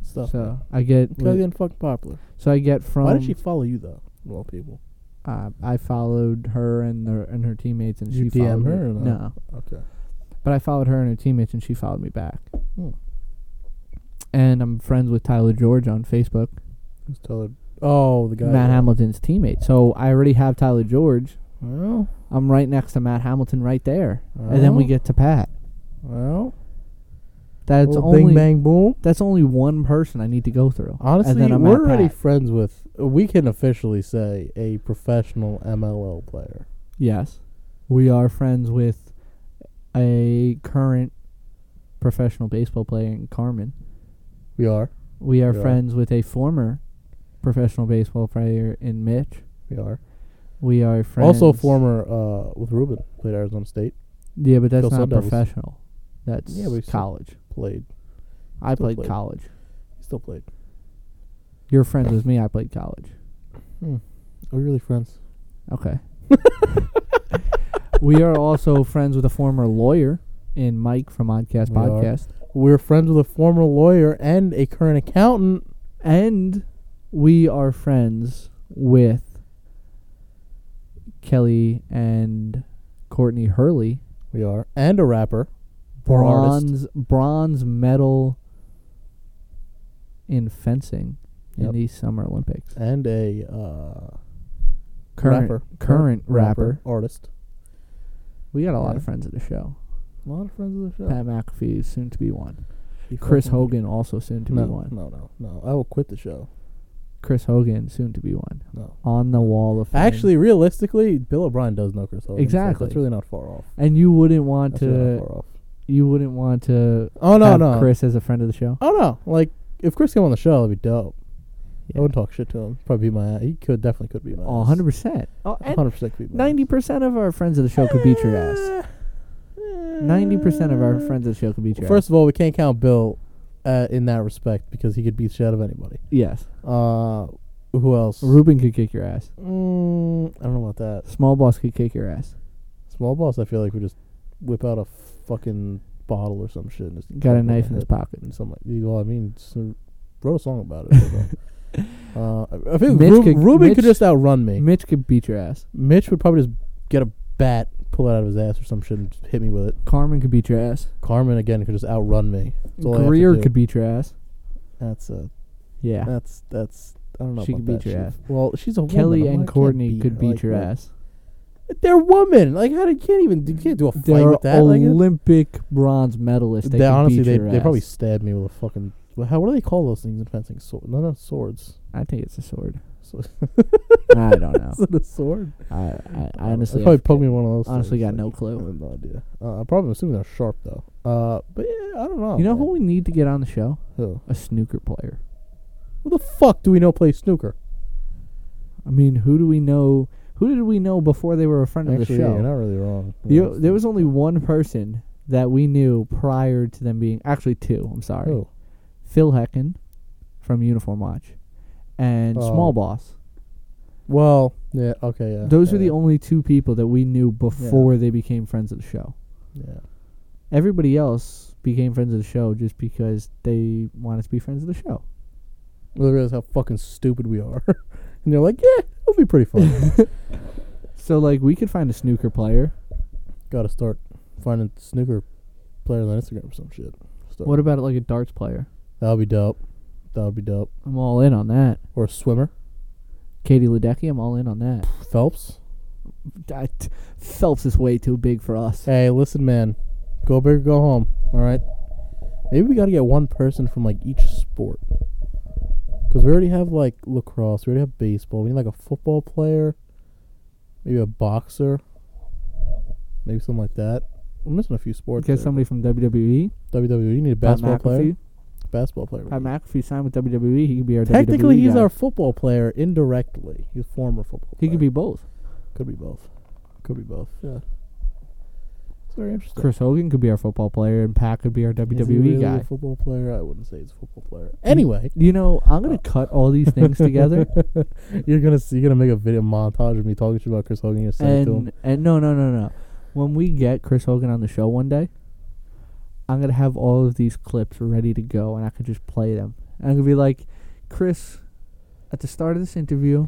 Speaker 3: Stuff.
Speaker 2: so
Speaker 3: So.
Speaker 2: I get
Speaker 3: Because he fucking popular.
Speaker 2: so I get from
Speaker 3: Why did she follow you though? of all people.
Speaker 2: uh, I followed her and the and her teammates and
Speaker 3: You
Speaker 2: she
Speaker 3: DM
Speaker 2: followed
Speaker 3: her
Speaker 2: me.
Speaker 3: or not?
Speaker 2: No,
Speaker 3: Okay.
Speaker 2: but I followed her and her teammates and she followed me back.
Speaker 3: Hmm.
Speaker 2: And I'm friends with Tyler George on Facebook,
Speaker 3: Who's Tyler? Oh, the guy.
Speaker 2: Matt
Speaker 3: yeah.
Speaker 2: Hamilton's teammate. So I already have Tyler George.
Speaker 3: Well,
Speaker 2: I'm right next to Matt Hamilton right there. And then we
Speaker 3: well,
Speaker 2: get to Pat.
Speaker 3: well.
Speaker 2: That's
Speaker 3: little
Speaker 2: only
Speaker 3: bing bang Uh, boom.
Speaker 2: that's only one person I need to go through.
Speaker 3: Honestly,
Speaker 2: and then I'm
Speaker 3: we're
Speaker 2: at
Speaker 3: already
Speaker 2: Pat.
Speaker 3: friends with. We can officially say a professional MLL player.
Speaker 2: Yes, we are friends with a current professional baseball player in Carmen.
Speaker 3: We are.
Speaker 2: We are
Speaker 3: Yeah.
Speaker 2: friends with a former professional baseball player in Mitch.
Speaker 3: We are.
Speaker 2: We are friends.
Speaker 3: Also, former uh, with Ruben played Arizona State.
Speaker 2: Yeah, but that's
Speaker 3: Phil
Speaker 2: not
Speaker 3: Sundowns.
Speaker 2: professional. That's
Speaker 3: Yeah, but he's still-
Speaker 2: college.
Speaker 3: Played.
Speaker 2: I
Speaker 3: Still
Speaker 2: played
Speaker 3: played.
Speaker 2: college.
Speaker 3: He still played.
Speaker 2: You're friends with me. I played college.
Speaker 3: Are we Oh, really friends?
Speaker 2: Okay. [laughs] we are also friends with a former lawyer in Mike from Oddcast
Speaker 3: We are.
Speaker 2: Podcast.
Speaker 3: We're friends with a former lawyer and a current accountant.
Speaker 2: And we are friends with Kelly and Courtney Hurley.
Speaker 3: We are. And a rapper. Or artist.
Speaker 2: Bronze bronze medal in fencing in
Speaker 3: Yep.
Speaker 2: the Summer Olympics.
Speaker 3: And a uh,
Speaker 2: Current
Speaker 3: rapper.
Speaker 2: current rapper.
Speaker 3: Artist.
Speaker 2: We got a lot of
Speaker 3: Yeah.
Speaker 2: friends of the show.
Speaker 3: A lot of friends of the show.
Speaker 2: Pat McAfee is soon to be one.
Speaker 3: You
Speaker 2: Chris
Speaker 3: fucking-
Speaker 2: Hogan also soon to
Speaker 3: no,
Speaker 2: be one.
Speaker 3: No, no, no. I will quit the show.
Speaker 2: Chris Hogan, soon to be one,
Speaker 3: No.
Speaker 2: on the wall of fame.
Speaker 3: Actually, realistically, Bill O'Brien does know Chris Hogan. so
Speaker 2: Exactly.
Speaker 3: that's really not far off.
Speaker 2: and you wouldn't want
Speaker 3: That's really not
Speaker 2: to,
Speaker 3: far off.
Speaker 2: you wouldn't want to
Speaker 3: Oh no,
Speaker 2: have
Speaker 3: no.
Speaker 2: Chris as a friend of the show.
Speaker 3: Oh no. Like if Chris came on the show, that'd be dope.
Speaker 2: Yeah.
Speaker 3: I would talk shit to him. Probably be my. He could definitely could be my.
Speaker 2: Oh, 100 percent. Oh, and
Speaker 3: Hundred percent could be my. ass.
Speaker 2: ninety percent of our friends of the show could beat your ass. Eh. Ninety percent of our
Speaker 3: Eh.
Speaker 2: friends of the show could beat your
Speaker 3: First
Speaker 2: ass.
Speaker 3: of all, we can't count Bill uh, in that respect because he could beat shit out of anybody.
Speaker 2: yes,
Speaker 3: Uh, who else?
Speaker 2: Ruben could kick your ass.
Speaker 3: Mm, I don't know about that.
Speaker 2: Small boss could kick your ass.
Speaker 3: Small boss, I feel like we just whip out a fucking bottle or some shit. And just
Speaker 2: Got
Speaker 3: crack
Speaker 2: a
Speaker 3: him
Speaker 2: knife in
Speaker 3: the
Speaker 2: his
Speaker 3: head.
Speaker 2: pocket.
Speaker 3: And something. Like, well, I mean, so, wrote a song about it. so,
Speaker 2: [laughs]
Speaker 3: uh, I- I think
Speaker 2: Mitch
Speaker 3: Ru-
Speaker 2: could-
Speaker 3: Ruben
Speaker 2: Mitch-
Speaker 3: could just outrun me.
Speaker 2: Mitch could beat your ass.
Speaker 3: Mitch would probably just get a bat, pull it out of his ass or some shit, and just hit me with it.
Speaker 2: Carmen could beat your ass.
Speaker 3: Carmen again could just outrun me. That's all I have to
Speaker 2: Greer
Speaker 3: do.
Speaker 2: could beat your ass.
Speaker 3: That's a
Speaker 2: Yeah.
Speaker 3: That's that's. I don't know.
Speaker 2: She
Speaker 3: about
Speaker 2: could beat
Speaker 3: that.
Speaker 2: your
Speaker 3: She-
Speaker 2: ass.
Speaker 3: Well, she's a
Speaker 2: Kelly
Speaker 3: woman. I
Speaker 2: and
Speaker 3: Uh, can't
Speaker 2: Courtney
Speaker 3: beat
Speaker 2: could
Speaker 3: her,
Speaker 2: beat
Speaker 3: like,
Speaker 2: your
Speaker 3: what?
Speaker 2: ass.
Speaker 3: They're women. Like how do you can't even you can't do a fight
Speaker 2: They're
Speaker 3: with that. Like,
Speaker 2: Olympic bronze medalists.
Speaker 3: they,
Speaker 2: They, could
Speaker 3: honestly
Speaker 2: beat
Speaker 3: they,
Speaker 2: your
Speaker 3: they
Speaker 2: ass.
Speaker 3: probably stabbed me with a fucking. well, How what do they call those things in fencing? Sword? No, no swords. [laughs]
Speaker 2: I think it's a sword.
Speaker 3: So,
Speaker 2: I don't know.
Speaker 3: [laughs] is it a sword?
Speaker 2: I, I,
Speaker 3: don't
Speaker 2: I
Speaker 3: know.
Speaker 2: honestly
Speaker 3: They probably
Speaker 2: have-
Speaker 3: poked me with one of those.
Speaker 2: honestly
Speaker 3: things,
Speaker 2: got no
Speaker 3: like,
Speaker 2: clue.
Speaker 3: I have no idea. Uh, I'm probably assuming they're sharp though. Uh, but yeah, I don't know.
Speaker 2: You know
Speaker 3: man.
Speaker 2: who we need to get on the show?
Speaker 3: Who?
Speaker 2: A snooker player.
Speaker 3: Who the fuck do we know plays snooker?
Speaker 2: I mean, who do we know? Who did we know before they were a friend of the
Speaker 3: Actually, yeah,
Speaker 2: show?
Speaker 3: you're not really wrong.
Speaker 2: You-
Speaker 3: Yeah,
Speaker 2: there was only one person that we knew prior to them being actually two. I'm sorry,
Speaker 3: who?
Speaker 2: Phil Hecken from Uniform Watch and Small
Speaker 3: Oh.
Speaker 2: Boss.
Speaker 3: Well, yeah, okay, yeah.
Speaker 2: Those
Speaker 3: yeah,
Speaker 2: were the
Speaker 3: yeah.
Speaker 2: only two people that we knew before they became friends of the show.
Speaker 3: Yeah.
Speaker 2: Everybody else became friends of the show just because they wanted to be friends of the show.
Speaker 3: Well, they realize how fucking stupid we are. [laughs] and they're like, yeah, it'll be pretty [laughs] fun.
Speaker 2: So like we could find a snooker player.
Speaker 3: Gotta start finding snooker players on Instagram or some shit. Start.
Speaker 2: What about like a darts player?
Speaker 3: That'll be dope. That'll be dope.
Speaker 2: I'm all in on that.
Speaker 3: Or a swimmer.
Speaker 2: Katie Ledecky, I'm all in on that.
Speaker 3: Phelps.
Speaker 2: I t- Phelps is way too big for us.
Speaker 3: Hey, listen, man. Go big or go home. All right. Maybe we gotta get one person from like each sport. Because we already have like lacrosse. We already have baseball. We need like a football player. Maybe a boxer. Maybe something like that. We're missing a few sports.
Speaker 2: Get
Speaker 3: there.
Speaker 2: somebody from WWE.
Speaker 3: WWE. E, You need a
Speaker 2: Pat
Speaker 3: basketball player.
Speaker 2: McAfee.
Speaker 3: Basketball player.
Speaker 2: Pat McAfee signed with WWE. He could be our
Speaker 3: Technically,
Speaker 2: WWE
Speaker 3: he's
Speaker 2: guy.
Speaker 3: our football player indirectly. He's a former football.
Speaker 2: He
Speaker 3: player.
Speaker 2: could be both.
Speaker 3: Could be both. Could be both. Yeah. It's very interesting.
Speaker 2: Chris Hogan could be our football player, and Pat could be our
Speaker 3: Is he
Speaker 2: WWE
Speaker 3: really
Speaker 2: E guy.
Speaker 3: A football player? I wouldn't say he's a football player. Anyway,
Speaker 2: You know, I'm
Speaker 3: Uh,
Speaker 2: gonna cut all these things together,
Speaker 3: [laughs] you're gonna see, you're gonna make a video montage of me talking shit about Chris Hogan. You're saying to him,
Speaker 2: and and no, no, no, no. When we get Chris Hogan on the show one day, I'm gonna have all of these clips ready to go, and I could just play them. And I'm gonna be like, Chris, at the start of this interview,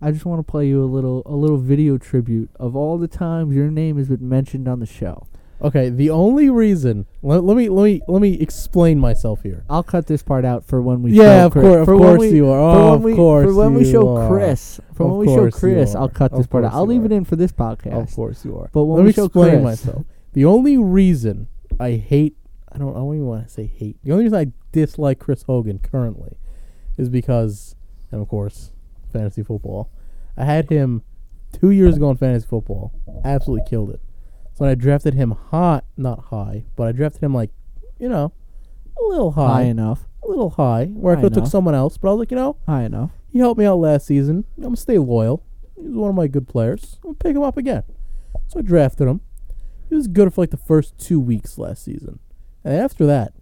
Speaker 2: I just want to play you a little a little video tribute of all the times your name has been mentioned on the show.
Speaker 3: okay. The only reason let, let me let me let me explain myself here.
Speaker 2: I'll cut this part out for when we
Speaker 3: yeah,
Speaker 2: show
Speaker 3: of
Speaker 2: Chris-
Speaker 3: course, of
Speaker 2: for when
Speaker 3: course
Speaker 2: we-
Speaker 3: you are.
Speaker 2: for
Speaker 3: Oh,
Speaker 2: when
Speaker 3: of
Speaker 2: we,
Speaker 3: course,
Speaker 2: for when we
Speaker 3: you
Speaker 2: show
Speaker 3: are.
Speaker 2: Chris, for
Speaker 3: Of
Speaker 2: when we show
Speaker 3: course you
Speaker 2: Chris, I'll
Speaker 3: are.
Speaker 2: cut this
Speaker 3: Of
Speaker 2: part out.
Speaker 3: course
Speaker 2: I'll
Speaker 3: you
Speaker 2: leave it
Speaker 3: are.
Speaker 2: in for this
Speaker 3: Of
Speaker 2: podcast.
Speaker 3: course you are.
Speaker 2: But when
Speaker 3: Let
Speaker 2: we
Speaker 3: me
Speaker 2: show
Speaker 3: explain
Speaker 2: Chris-
Speaker 3: myself. The only reason I hate, I don't, I don't even want to say hate. The only reason I dislike Chris Hogan currently is because, and of course, fantasy football. I had him two years ago in fantasy football. Absolutely killed it. So when I drafted him hot, not high, but I drafted him like, you know, a little
Speaker 2: High
Speaker 3: high,
Speaker 2: enough.
Speaker 3: a little high, where I
Speaker 2: High
Speaker 3: could have
Speaker 2: enough.
Speaker 3: took someone else. But I was like, you know,
Speaker 2: High enough.
Speaker 3: he helped me out last season. I'm gonna stay loyal. He's one of my good players. I'm gonna pick him up again. So I drafted him. He was good for like the first two weeks last season, and after that,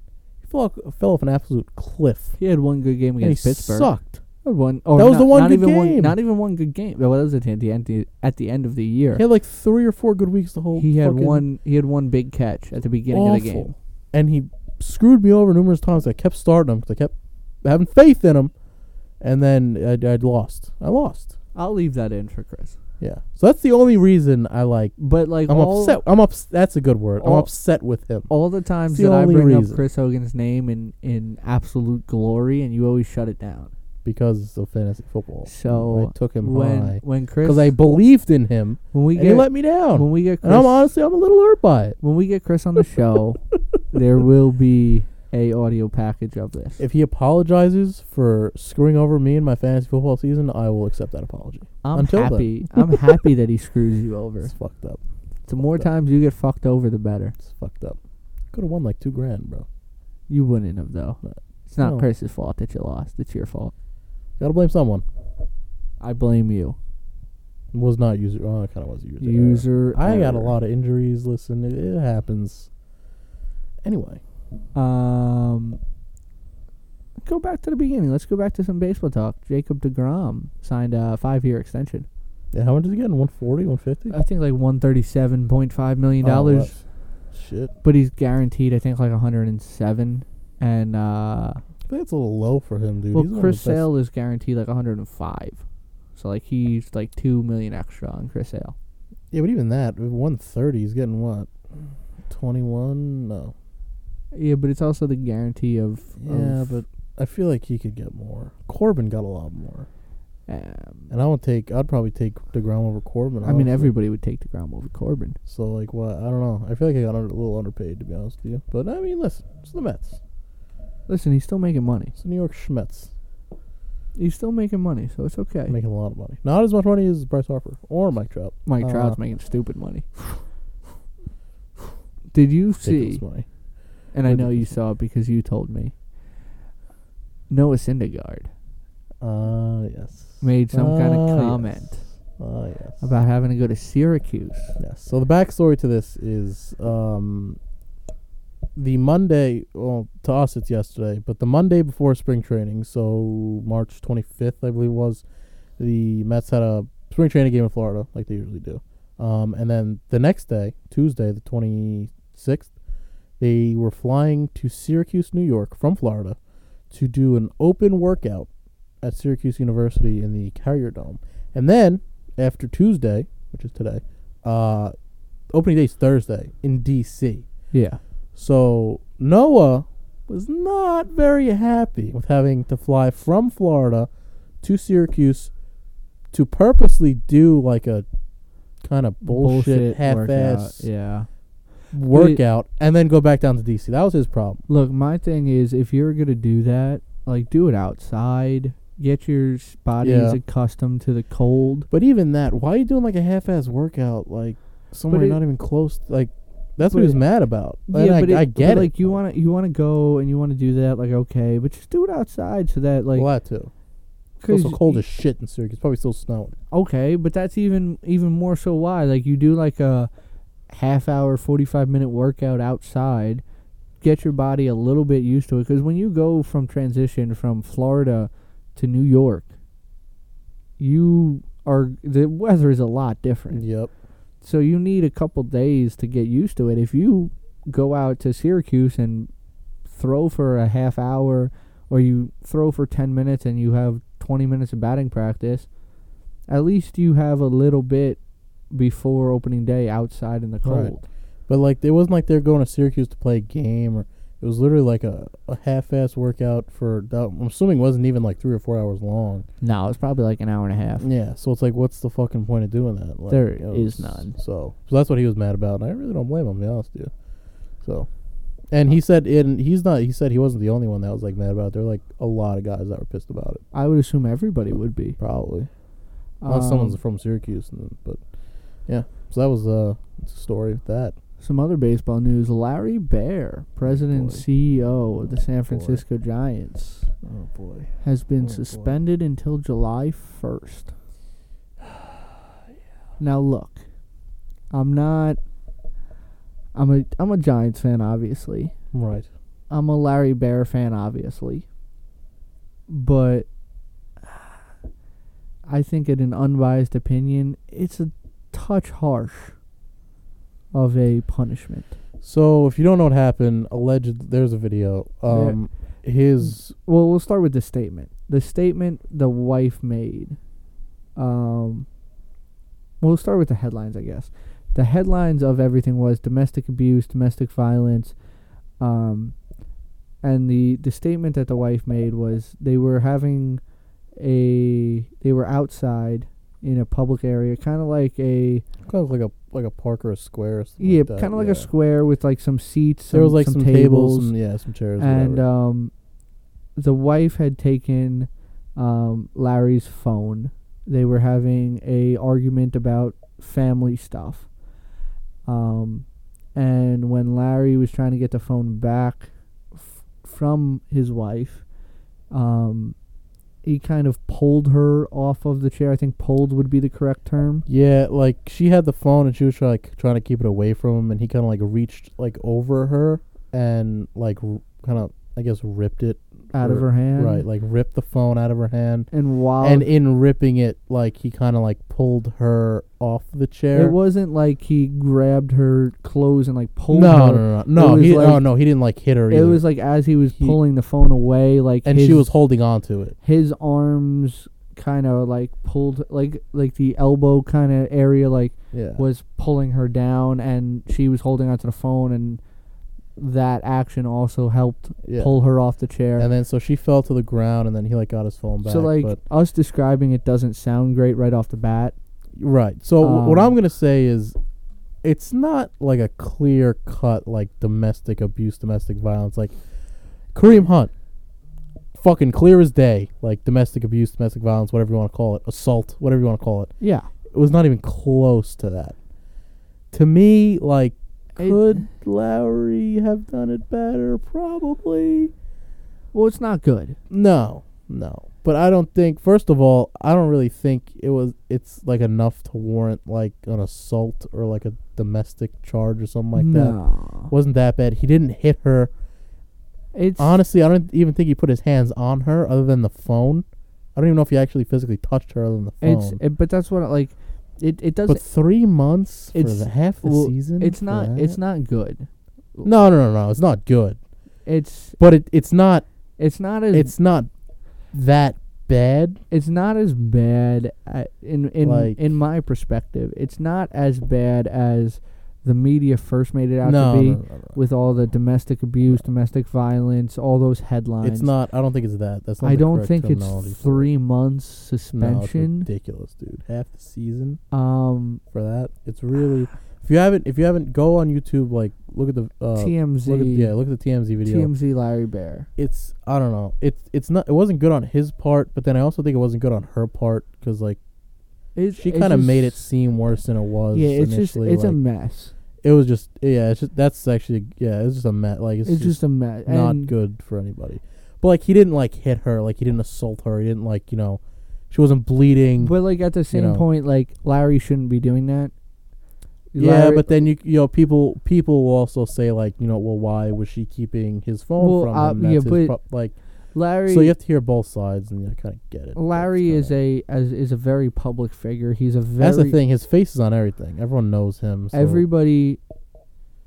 Speaker 3: he fell, off- fell off an absolute cliff.
Speaker 2: He had one good game
Speaker 3: And he
Speaker 2: against Pittsburgh.
Speaker 3: sucked.
Speaker 2: Or one, or
Speaker 3: That was
Speaker 2: not-
Speaker 3: the one
Speaker 2: not
Speaker 3: good
Speaker 2: even One,
Speaker 3: game.
Speaker 2: not even one good game. Well, that was at the, at the end at the end of the year.
Speaker 3: He had like three or four good weeks the whole.
Speaker 2: He had
Speaker 3: fucking-
Speaker 2: one. He had one big catch at the beginning of the
Speaker 3: Awful.
Speaker 2: game.
Speaker 3: and he screwed me over numerous times. I kept starting him 'cause I kept having faith in him, and then I I lost. I lost.
Speaker 2: I'll leave that in for Chris.
Speaker 3: Yeah. So that's the only reason I like.
Speaker 2: But like
Speaker 3: I'm
Speaker 2: all,
Speaker 3: upset. I'm ups. That's a good word. I'm
Speaker 2: all-
Speaker 3: upset with him.
Speaker 2: all the times
Speaker 3: It's the
Speaker 2: that I
Speaker 3: only
Speaker 2: bring up
Speaker 3: reason.
Speaker 2: Chris Hogan's name in in absolute glory, and you always shut it down.
Speaker 3: because of fantasy football.
Speaker 2: So,
Speaker 3: I took him
Speaker 2: when
Speaker 3: high
Speaker 2: when Chris
Speaker 3: because I believed in him,
Speaker 2: when we
Speaker 3: and he
Speaker 2: get
Speaker 3: let me down.
Speaker 2: when we get Chris,
Speaker 3: and I'm honestly, I'm a little hurt by it.
Speaker 2: when we get Chris on
Speaker 3: [laughs]
Speaker 2: the show, there will be a audio package of this.
Speaker 3: If he apologizes for screwing over me in my fantasy football season, I will accept that apology.
Speaker 2: I'm
Speaker 3: until then.
Speaker 2: happy. I'm happy that he screws you over.
Speaker 3: [laughs] It's fucked up.
Speaker 2: The more
Speaker 3: fucked up.
Speaker 2: times you get fucked over, the better.
Speaker 3: It's fucked up. Could have won like two grand, bro.
Speaker 2: You wouldn't have though.
Speaker 3: No.
Speaker 2: It's not
Speaker 3: No.
Speaker 2: Chris's fault that you lost. It's your fault.
Speaker 3: Gotta blame someone.
Speaker 2: I blame you.
Speaker 3: Was not user. Oh, I kind of was user. error.
Speaker 2: User.
Speaker 3: I got a
Speaker 2: error.
Speaker 3: lot of injuries. Listen, it, it happens. Anyway,
Speaker 2: Um, go back to the beginning. Let's go back to some baseball talk. Jacob Degrom signed a five-year extension.
Speaker 3: yeah, how much is he getting? 140, 150?
Speaker 2: I think like one thirty-seven point five million
Speaker 3: Oh,
Speaker 2: dollars,
Speaker 3: that's- Shit.
Speaker 2: but he's guaranteed. I think like a hundred and seven. And uh,
Speaker 3: I think it's a little low for him, dude.
Speaker 2: well,
Speaker 3: He's one of
Speaker 2: Chris
Speaker 3: the best-
Speaker 2: Sale is guaranteed like a hundred and five. So like he's like two million extra on Chris Sale.
Speaker 3: Yeah, but even that, one thirty, he's getting what? Twenty one? No.
Speaker 2: Yeah, but it's also the guarantee of.
Speaker 3: Yeah,
Speaker 2: of,
Speaker 3: but I feel like he could get more. Corbin got a lot more,
Speaker 2: Um,
Speaker 3: and I would take. I'd probably take Degrom over Corbin.
Speaker 2: I mean,
Speaker 3: honestly.
Speaker 2: everybody would take Degrom over Corbin.
Speaker 3: So like, what? I don't know. I feel like I got under, a little underpaid to be honest with you. But I mean, listen, it's the Mets.
Speaker 2: Listen, he's still making money.
Speaker 3: It's the New York Schmets.
Speaker 2: He's still making money, so it's okay.
Speaker 3: Making a lot of money. Not as much money as Bryce Harper or Mike Trout.
Speaker 2: Mike
Speaker 3: Uh,
Speaker 2: Trout's making stupid money. Did you
Speaker 3: Ridiculous
Speaker 2: see?
Speaker 3: money.
Speaker 2: And I know you
Speaker 3: ridiculous
Speaker 2: saw it because you told me. Noah Syndergaard
Speaker 3: Uh yes.
Speaker 2: made some kind of
Speaker 3: Ah,
Speaker 2: comment
Speaker 3: yes. Ah yes.
Speaker 2: about having to go to Syracuse.
Speaker 3: Yes. So the backstory to this is um, the Monday. Well, to us it's yesterday, but the Monday before spring training, so March 25th, I believe it was, the Mets had a spring training game in Florida, like they usually do. Um, and then the next day, Tuesday, the 26th, they were flying to Syracuse, New York, from Florida, to do an open workout at Syracuse University in the Carrier Dome. And then after Tuesday, which is today, uh, opening day's Thursday in D.C.
Speaker 2: Yeah,
Speaker 3: So Noah was not very happy with having to fly from Florida to Syracuse to purposely do like a kind of bullshit, half-ass workout,
Speaker 2: Yeah.
Speaker 3: and then go back down to D.C. That was his problem.
Speaker 2: Look, my thing is, if you're gonna do that, like do it outside. Get your s- bodies
Speaker 3: Yeah.
Speaker 2: accustomed to the cold.
Speaker 3: But even that, why are you doing like a half-ass workout like somewhere
Speaker 2: it-
Speaker 3: not even close? Like that's what
Speaker 2: but
Speaker 3: he was
Speaker 2: it-
Speaker 3: mad about. And I,
Speaker 2: but
Speaker 3: I
Speaker 2: it-
Speaker 3: get
Speaker 2: but,
Speaker 3: it.
Speaker 2: Like you want to, you want to go and you want to do that. Like okay, but just do it outside so that like
Speaker 3: well, that too. It's
Speaker 2: 'cause
Speaker 3: also cold
Speaker 2: y-
Speaker 3: as shit in Syracuse. Probably still snowing.
Speaker 2: okay, but that's even even more so why like you do like a half hour, 45 minute workout outside, get your body a little bit used to it cuz when you go from transition from Florida to New York, you are the weather is a lot different.
Speaker 3: Yep.
Speaker 2: So you need a couple days to get used to it. If you go out to Syracuse and throw for a half hour or you throw for 10 minutes and you have 20 minutes of batting practice, at least you have a little bit before opening day outside in the
Speaker 3: Right.
Speaker 2: cold.
Speaker 3: But like it wasn't like they were going to Syracuse to play a game or it was literally like a, a half ass workout for that I'm assuming wasn't even like three or four hours long.
Speaker 2: No, it's probably like an hour and a half.
Speaker 3: Yeah. So it's like what's the fucking point of doing that? Like,
Speaker 2: There
Speaker 3: it
Speaker 2: is
Speaker 3: was-
Speaker 2: none.
Speaker 3: So so that's what he was mad about and I really don't blame him to be honest with you. So and he said and he's not he said he wasn't the only one that was like mad about it. There were like a lot of guys that were pissed about it.
Speaker 2: I would assume everybody would be.
Speaker 3: Probably. Unless someone's
Speaker 2: Um,
Speaker 3: from Syracuse and then, but yeah. So that was uh it's a story with that.
Speaker 2: some other baseball news. Larry Bear, president and
Speaker 3: Boy.
Speaker 2: CEO of the San
Speaker 3: Boy.
Speaker 2: Francisco Giants,
Speaker 3: Oh boy.
Speaker 2: has been
Speaker 3: Oh, boy.
Speaker 2: suspended until July 1st.
Speaker 3: [sighs]
Speaker 2: Now look, I'm not I'm a I'm a Giants fan obviously,
Speaker 3: Right.
Speaker 2: I'm a Larry Bear fan, obviously, but I think, in an unbiased opinion, it's a touch harsh of a punishment.
Speaker 3: So if you don't know what happened, alleged there's a video. Um, his
Speaker 2: Well, we'll start with the statement. The statement the wife made. Um, we'll start with the headlines, I guess. The headlines of everything was domestic abuse, domestic violence, um, and the the statement that the wife made was they were having a they were outside in a public area, kind of like a
Speaker 3: kind of like a like a park or a square. Or something
Speaker 2: yeah,
Speaker 3: that,
Speaker 2: kind of like
Speaker 3: yeah.
Speaker 2: a square with like some seats. Some,
Speaker 3: There was like
Speaker 2: some,
Speaker 3: some,
Speaker 2: tables,
Speaker 3: tables, and, uh, yeah, some chairs,
Speaker 2: and
Speaker 3: whatever.
Speaker 2: um, the wife had taken um, Larry's phone. They were having a argument about family stuff. Um, and when Larry was trying to get the phone back f- from his wife, um, he kind of pulled her off of the chair. I think pulled would be the correct term.
Speaker 3: yeah, like she had the phone and she was trying like trying to keep it away from him, and he kind of like reached like over her and like r- kind of I guess ripped it
Speaker 2: Out of
Speaker 3: Or-
Speaker 2: her hand.
Speaker 3: right, like ripped the phone out of her hand,
Speaker 2: And while
Speaker 3: and in ripping it, like he kind of like pulled her off the chair.
Speaker 2: It wasn't like he grabbed her clothes and like pulled
Speaker 3: no,
Speaker 2: her.
Speaker 3: no, no, no,
Speaker 2: It
Speaker 3: no.
Speaker 2: was
Speaker 3: He, oh,
Speaker 2: like-
Speaker 3: no, no, he didn't like hit her.
Speaker 2: It
Speaker 3: either.
Speaker 2: was like as he was
Speaker 3: He-
Speaker 2: pulling the phone away, like
Speaker 3: and
Speaker 2: his,
Speaker 3: she was holding on to it.
Speaker 2: his arms kind of like pulled like like the elbow kind of area like
Speaker 3: Yeah.
Speaker 2: was pulling her down and she was holding onto the phone and that action also helped
Speaker 3: yeah.
Speaker 2: pull her off the chair.
Speaker 3: And then so she fell to the ground, and then he like got his phone back.
Speaker 2: so like
Speaker 3: but,
Speaker 2: us describing it doesn't sound great right off the bat.
Speaker 3: right. So w- what
Speaker 2: um,
Speaker 3: I'm gonna say is, it's not like a clear cut like domestic abuse, domestic violence. Like Kareem Hunt, fucking clear as day. Like domestic abuse, domestic violence, whatever you want to call it, assault, whatever you want to call it.
Speaker 2: Yeah.
Speaker 3: It was not even close to that. To me, like,
Speaker 2: It-
Speaker 3: could Lowry have done it better? Probably.
Speaker 2: Well, it's not good.
Speaker 3: No, no. But I don't think. First of all, I don't really think it was. It's like enough to warrant like an assault or like a domestic charge or something like that.
Speaker 2: no.
Speaker 3: Wasn't that bad? He didn't hit her.
Speaker 2: It's
Speaker 3: Honestly, I don't even think he put his hands on her other than the phone. I don't even know if he actually physically touched her other than the phone.
Speaker 2: it's it, but that's what like it it doesn't
Speaker 3: but three months for
Speaker 2: It's-
Speaker 3: the half the
Speaker 2: well,
Speaker 3: season.
Speaker 2: it's
Speaker 3: for
Speaker 2: not
Speaker 3: that?
Speaker 2: it's not good.
Speaker 3: No, no, no, no. It's not good.
Speaker 2: It's
Speaker 3: But it, it's not.
Speaker 2: it's not as
Speaker 3: It's not that bad.
Speaker 2: it's not as bad a- in in
Speaker 3: Like-
Speaker 2: in my perspective. It's not as bad as the media first made it
Speaker 3: No,
Speaker 2: out
Speaker 3: no,
Speaker 2: to be
Speaker 3: no, no, no.
Speaker 2: with all the domestic abuse, domestic violence, all those headlines.
Speaker 3: It's not. I don't think it's that. That's. Not
Speaker 2: I
Speaker 3: the
Speaker 2: don't
Speaker 3: correct
Speaker 2: think
Speaker 3: terminology
Speaker 2: it's
Speaker 3: for it.
Speaker 2: three months
Speaker 3: No, it's
Speaker 2: suspension.
Speaker 3: ridiculous, dude. Half the season
Speaker 2: um,
Speaker 3: for that. It's really. If you haven't, if you haven't, go on YouTube. Like, look at the. Uh,
Speaker 2: TMZ,
Speaker 3: Look at, yeah, look at the TMZ video.
Speaker 2: TMZ, Larry Bear.
Speaker 3: It's. I don't know. It's. It's not. It wasn't good on his part, but then I also think it wasn't good on her part because like
Speaker 2: It's,
Speaker 3: she
Speaker 2: it's
Speaker 3: kind of made it
Speaker 2: just-
Speaker 3: seem worse than it was.
Speaker 2: Yeah, it's just
Speaker 3: initially.
Speaker 2: it's a
Speaker 3: like,
Speaker 2: mess.
Speaker 3: It was just. Yeah, it's just. That's actually. Yeah, it's just a mess. Like it's,
Speaker 2: It's, just a mess.
Speaker 3: not
Speaker 2: And
Speaker 3: good for anybody. But like he didn't like hit her, like he didn't assault her, he didn't like you know, she wasn't bleeding.
Speaker 2: But like at the same
Speaker 3: know.
Speaker 2: point, like Larry shouldn't be doing that.
Speaker 3: yeah,
Speaker 2: Larry-
Speaker 3: but then you you know people people will also say like you know well why was she keeping his phone
Speaker 2: Well,
Speaker 3: from
Speaker 2: uh,
Speaker 3: him?
Speaker 2: yeah,
Speaker 3: That's his
Speaker 2: but
Speaker 3: pro- like
Speaker 2: Larry.
Speaker 3: so you have to hear both sides and you kind of get it. It's
Speaker 2: Larry is
Speaker 3: kinda-
Speaker 2: a as is a very public figure. He's a very
Speaker 3: that's the thing. His face is on everything. Everyone knows him. So
Speaker 2: everybody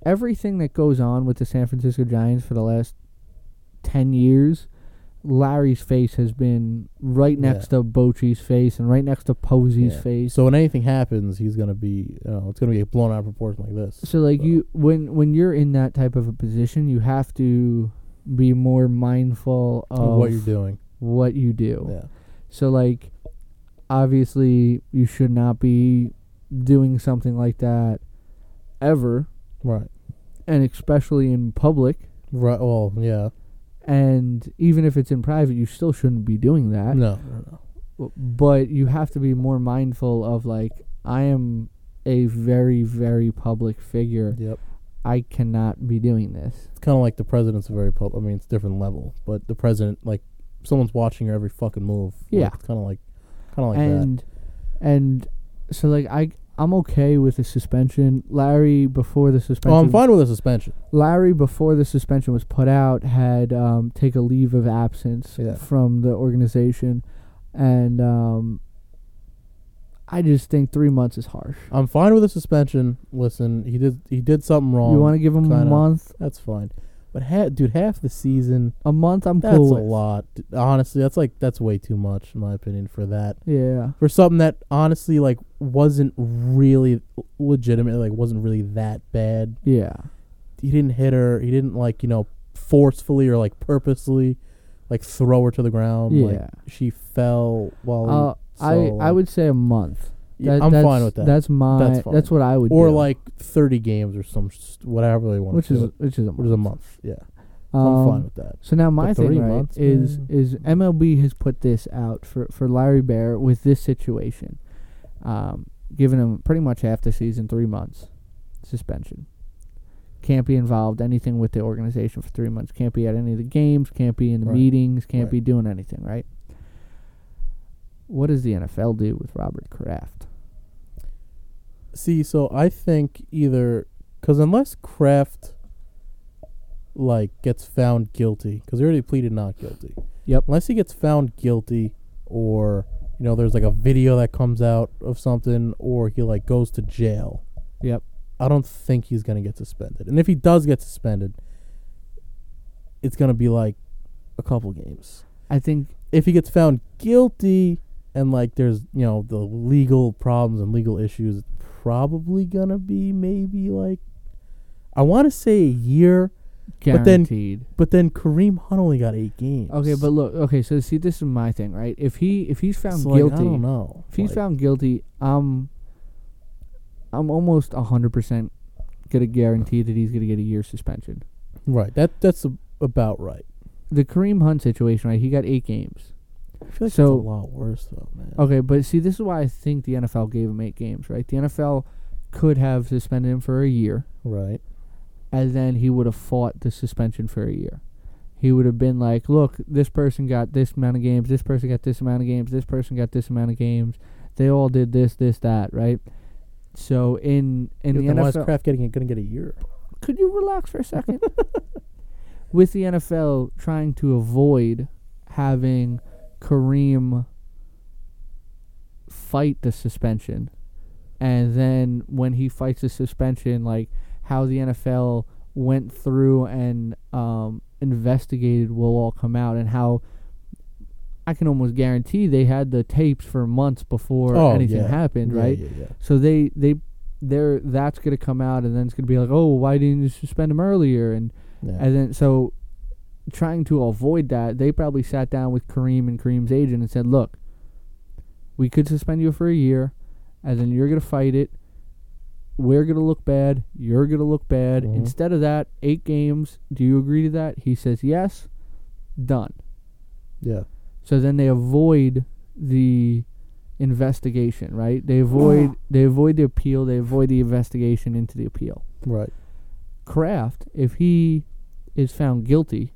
Speaker 2: everything that goes on with the San Francisco Giants for the last 10 years Larry's face has been right
Speaker 3: Yeah.
Speaker 2: next to Bochy's face and right next to Posey's
Speaker 3: Yeah.
Speaker 2: face.
Speaker 3: So when anything happens, he's gonna be you know it's gonna get blown out of proportion like this.
Speaker 2: So like
Speaker 3: So-
Speaker 2: you when when you're in that type of a position, you have to be more mindful of,
Speaker 3: Of what you're doing.
Speaker 2: what you do.
Speaker 3: Yeah.
Speaker 2: So like obviously you should not be doing something like that ever
Speaker 3: Right.
Speaker 2: and especially in public
Speaker 3: Right. Well. Yeah.
Speaker 2: and even if it's in private you still shouldn't be doing that.
Speaker 3: No. no, no.
Speaker 2: W- But you have to be more mindful of like I am a very very public figure.
Speaker 3: Yep.
Speaker 2: I cannot be doing this.
Speaker 3: it's kind of like the president's a very public. I mean, it's different level, but the president, like, someone's watching her every fucking move. Like,
Speaker 2: Yeah.
Speaker 3: it's kind of like, kind of like
Speaker 2: and and so like I I'm okay with the suspension. Larry before the suspension.
Speaker 3: Oh, I'm fine with a suspension.
Speaker 2: Larry, before the suspension was put out, had um, take a leave of absence
Speaker 3: Yeah.
Speaker 2: from the organization, and um, I just think three months is harsh.
Speaker 3: I'm fine with a suspension. Listen, he did he did something wrong.
Speaker 2: you want to give him a
Speaker 3: Um, kinda.
Speaker 2: month?
Speaker 3: That's fine. But ha- dude, half the season.
Speaker 2: A month, I'm
Speaker 3: That's
Speaker 2: cool
Speaker 3: a
Speaker 2: with.
Speaker 3: lot. D- Honestly, that's like that's way too much in my opinion for that.
Speaker 2: Yeah,
Speaker 3: For something that honestly like wasn't really legitimately like wasn't really that bad.
Speaker 2: yeah.
Speaker 3: He didn't hit her. He didn't like, you know, forcefully or like purposely like throw her to the ground. Like
Speaker 2: Yeah.
Speaker 3: she fell while he-
Speaker 2: Uh, I
Speaker 3: so,
Speaker 2: I
Speaker 3: like,
Speaker 2: would say a month.
Speaker 3: yeah,
Speaker 2: That-
Speaker 3: I'm
Speaker 2: that's-
Speaker 3: fine with that.
Speaker 2: That's my.
Speaker 3: That's
Speaker 2: That's,
Speaker 3: fine.
Speaker 2: what I would.
Speaker 3: or
Speaker 2: do,
Speaker 3: like 30 games or some s- whatever they want
Speaker 2: which
Speaker 3: to
Speaker 2: is
Speaker 3: do.
Speaker 2: which is a
Speaker 3: which is a month. Yeah. So I'm
Speaker 2: Um,
Speaker 3: fine with that.
Speaker 2: So now my
Speaker 3: three
Speaker 2: thing right,
Speaker 3: months,
Speaker 2: is
Speaker 3: man.
Speaker 2: is MLB has put this out for, for Larry Bear with this situation, um, giving him pretty much half the season, three months suspension. Can't be involved anything with the organization for three months. Can't be at any of the games. Can't be in the
Speaker 3: Right.
Speaker 2: meetings. Can't
Speaker 3: Right.
Speaker 2: be doing anything. Right. What does the NFL do with Robert Kraft?
Speaker 3: See, so I think either because unless Kraft like gets found guilty, because he already pleaded not guilty.
Speaker 2: Yep.
Speaker 3: Unless he gets found guilty, or you know, there's like a video that comes out of something, or he like goes to jail.
Speaker 2: Yep.
Speaker 3: I don't think he's gonna get suspended, and if he does get suspended, it's gonna be like a couple games.
Speaker 2: I think
Speaker 3: if he gets found guilty and like there's you know the legal problems and legal issues it's probably gonna be maybe like i want to say a year But then-
Speaker 2: guaranteed.
Speaker 3: but then kareem hunt only got eight games
Speaker 2: okay, but look. Okay, so see, this is my thing, right? If he if he's found
Speaker 3: So, like,
Speaker 2: guilty,
Speaker 3: i don't know
Speaker 2: If he's
Speaker 3: Like,
Speaker 2: found guilty, I'm I'm almost hundred percent gonna guarantee that he's gonna get a year suspension.
Speaker 3: right that that's a, about right
Speaker 2: The Kareem Hunt situation, right? He got eight games.
Speaker 3: i feel like
Speaker 2: So-
Speaker 3: it's a lot worse though man
Speaker 2: Okay, but see, this is why I think the NFL gave him eight games, right? The NFL could have suspended him for a year,
Speaker 3: right
Speaker 2: and then he would have fought the suspension for a year. He would have been like, "Look, this person got this amount of games. This person got this amount of games. This person got this amount of games. They all did this, this, that, right?" So in in
Speaker 3: Yeah,
Speaker 2: the
Speaker 3: then why is
Speaker 2: NFL,
Speaker 3: Kraft getting gonna get a year
Speaker 2: could you relax for a second? [laughs] With the NFL trying to avoid having Kareem fight the suspension, and then when he fights the suspension, like how the NFL went through and um, investigated will all come out, and how I can almost guarantee they had the tapes for months before anything
Speaker 3: Oh, yeah.
Speaker 2: happened,
Speaker 3: Yeah,
Speaker 2: right?
Speaker 3: yeah, yeah.
Speaker 2: So they they they're that's gonna come out, and then it's gonna be like, oh, why didn't you suspend him earlier? And
Speaker 3: Yeah.
Speaker 2: and then so trying to avoid that, they probably sat down with Kareem and Kareem's agent and said, look, we could suspend you for a year, and then you're gonna fight it. We're gonna look bad. You're gonna look bad.
Speaker 3: Mhm.
Speaker 2: Instead of that, eight games. Do you agree to that? He says yes. Done.
Speaker 3: yeah
Speaker 2: So then they avoid the investigation, right? They avoid they avoid the appeal, they avoid the investigation into the appeal.
Speaker 3: right
Speaker 2: Kraft, if he is found guilty,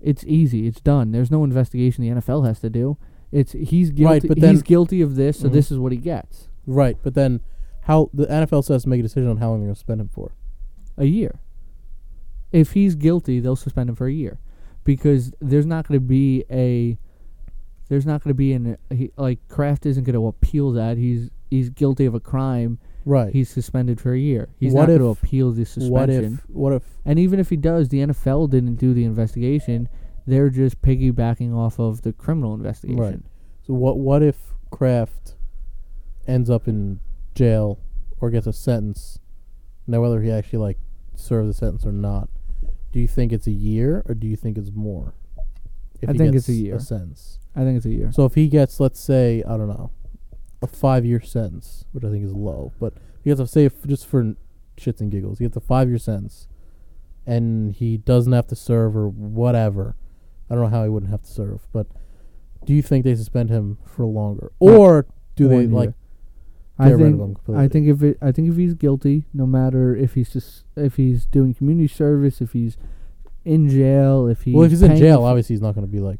Speaker 2: it's easy, it's done. There's no investigation the NFL has to do. It's he's guilty
Speaker 3: Right, but
Speaker 2: he's
Speaker 3: then-
Speaker 2: guilty of this, so
Speaker 3: Mhm.
Speaker 2: this is what he gets.
Speaker 3: right but then how the nfl says to make a decision on how long they're gonna spend him for
Speaker 2: A year. If he's guilty, they'll suspend him for a year. Because there's not going to be a there's not going to be an uh, he, like Kraft isn't going to appeal that. He's he's guilty of a crime.
Speaker 3: right
Speaker 2: He's suspended for a year. He's
Speaker 3: What
Speaker 2: not going
Speaker 3: if-
Speaker 2: to appeal the suspension.
Speaker 3: what if what if
Speaker 2: And even if he does, the NFL didn't do the investigation. They're just piggybacking off of the criminal investigation.
Speaker 3: So what what if Kraft ends up in jail or gets a sentence? Now whether he actually like serves a sentence or not, do you think it's a year or do you think it's more? If
Speaker 2: I
Speaker 3: he
Speaker 2: think it's
Speaker 3: gets
Speaker 2: a year.
Speaker 3: sentence.
Speaker 2: I think it's a year.
Speaker 3: So if he gets, let's say, I don't know, a five year sentence, which I think is low, but he gets a say if, just for n- shits and giggles, he gets a five year sentence, and he doesn't have to serve or whatever. I don't know how he wouldn't have to serve, but do you think they suspend him for longer, or do they
Speaker 2: One
Speaker 3: like
Speaker 2: year. I
Speaker 3: get rid of
Speaker 2: think
Speaker 3: him completely?
Speaker 2: I think if it, I think if he's guilty, no matter if he's just if he's doing community service, if he's in jail, if he's
Speaker 3: Well, if he's in
Speaker 2: paying
Speaker 3: jail,
Speaker 2: for-
Speaker 3: obviously he's not going to be like.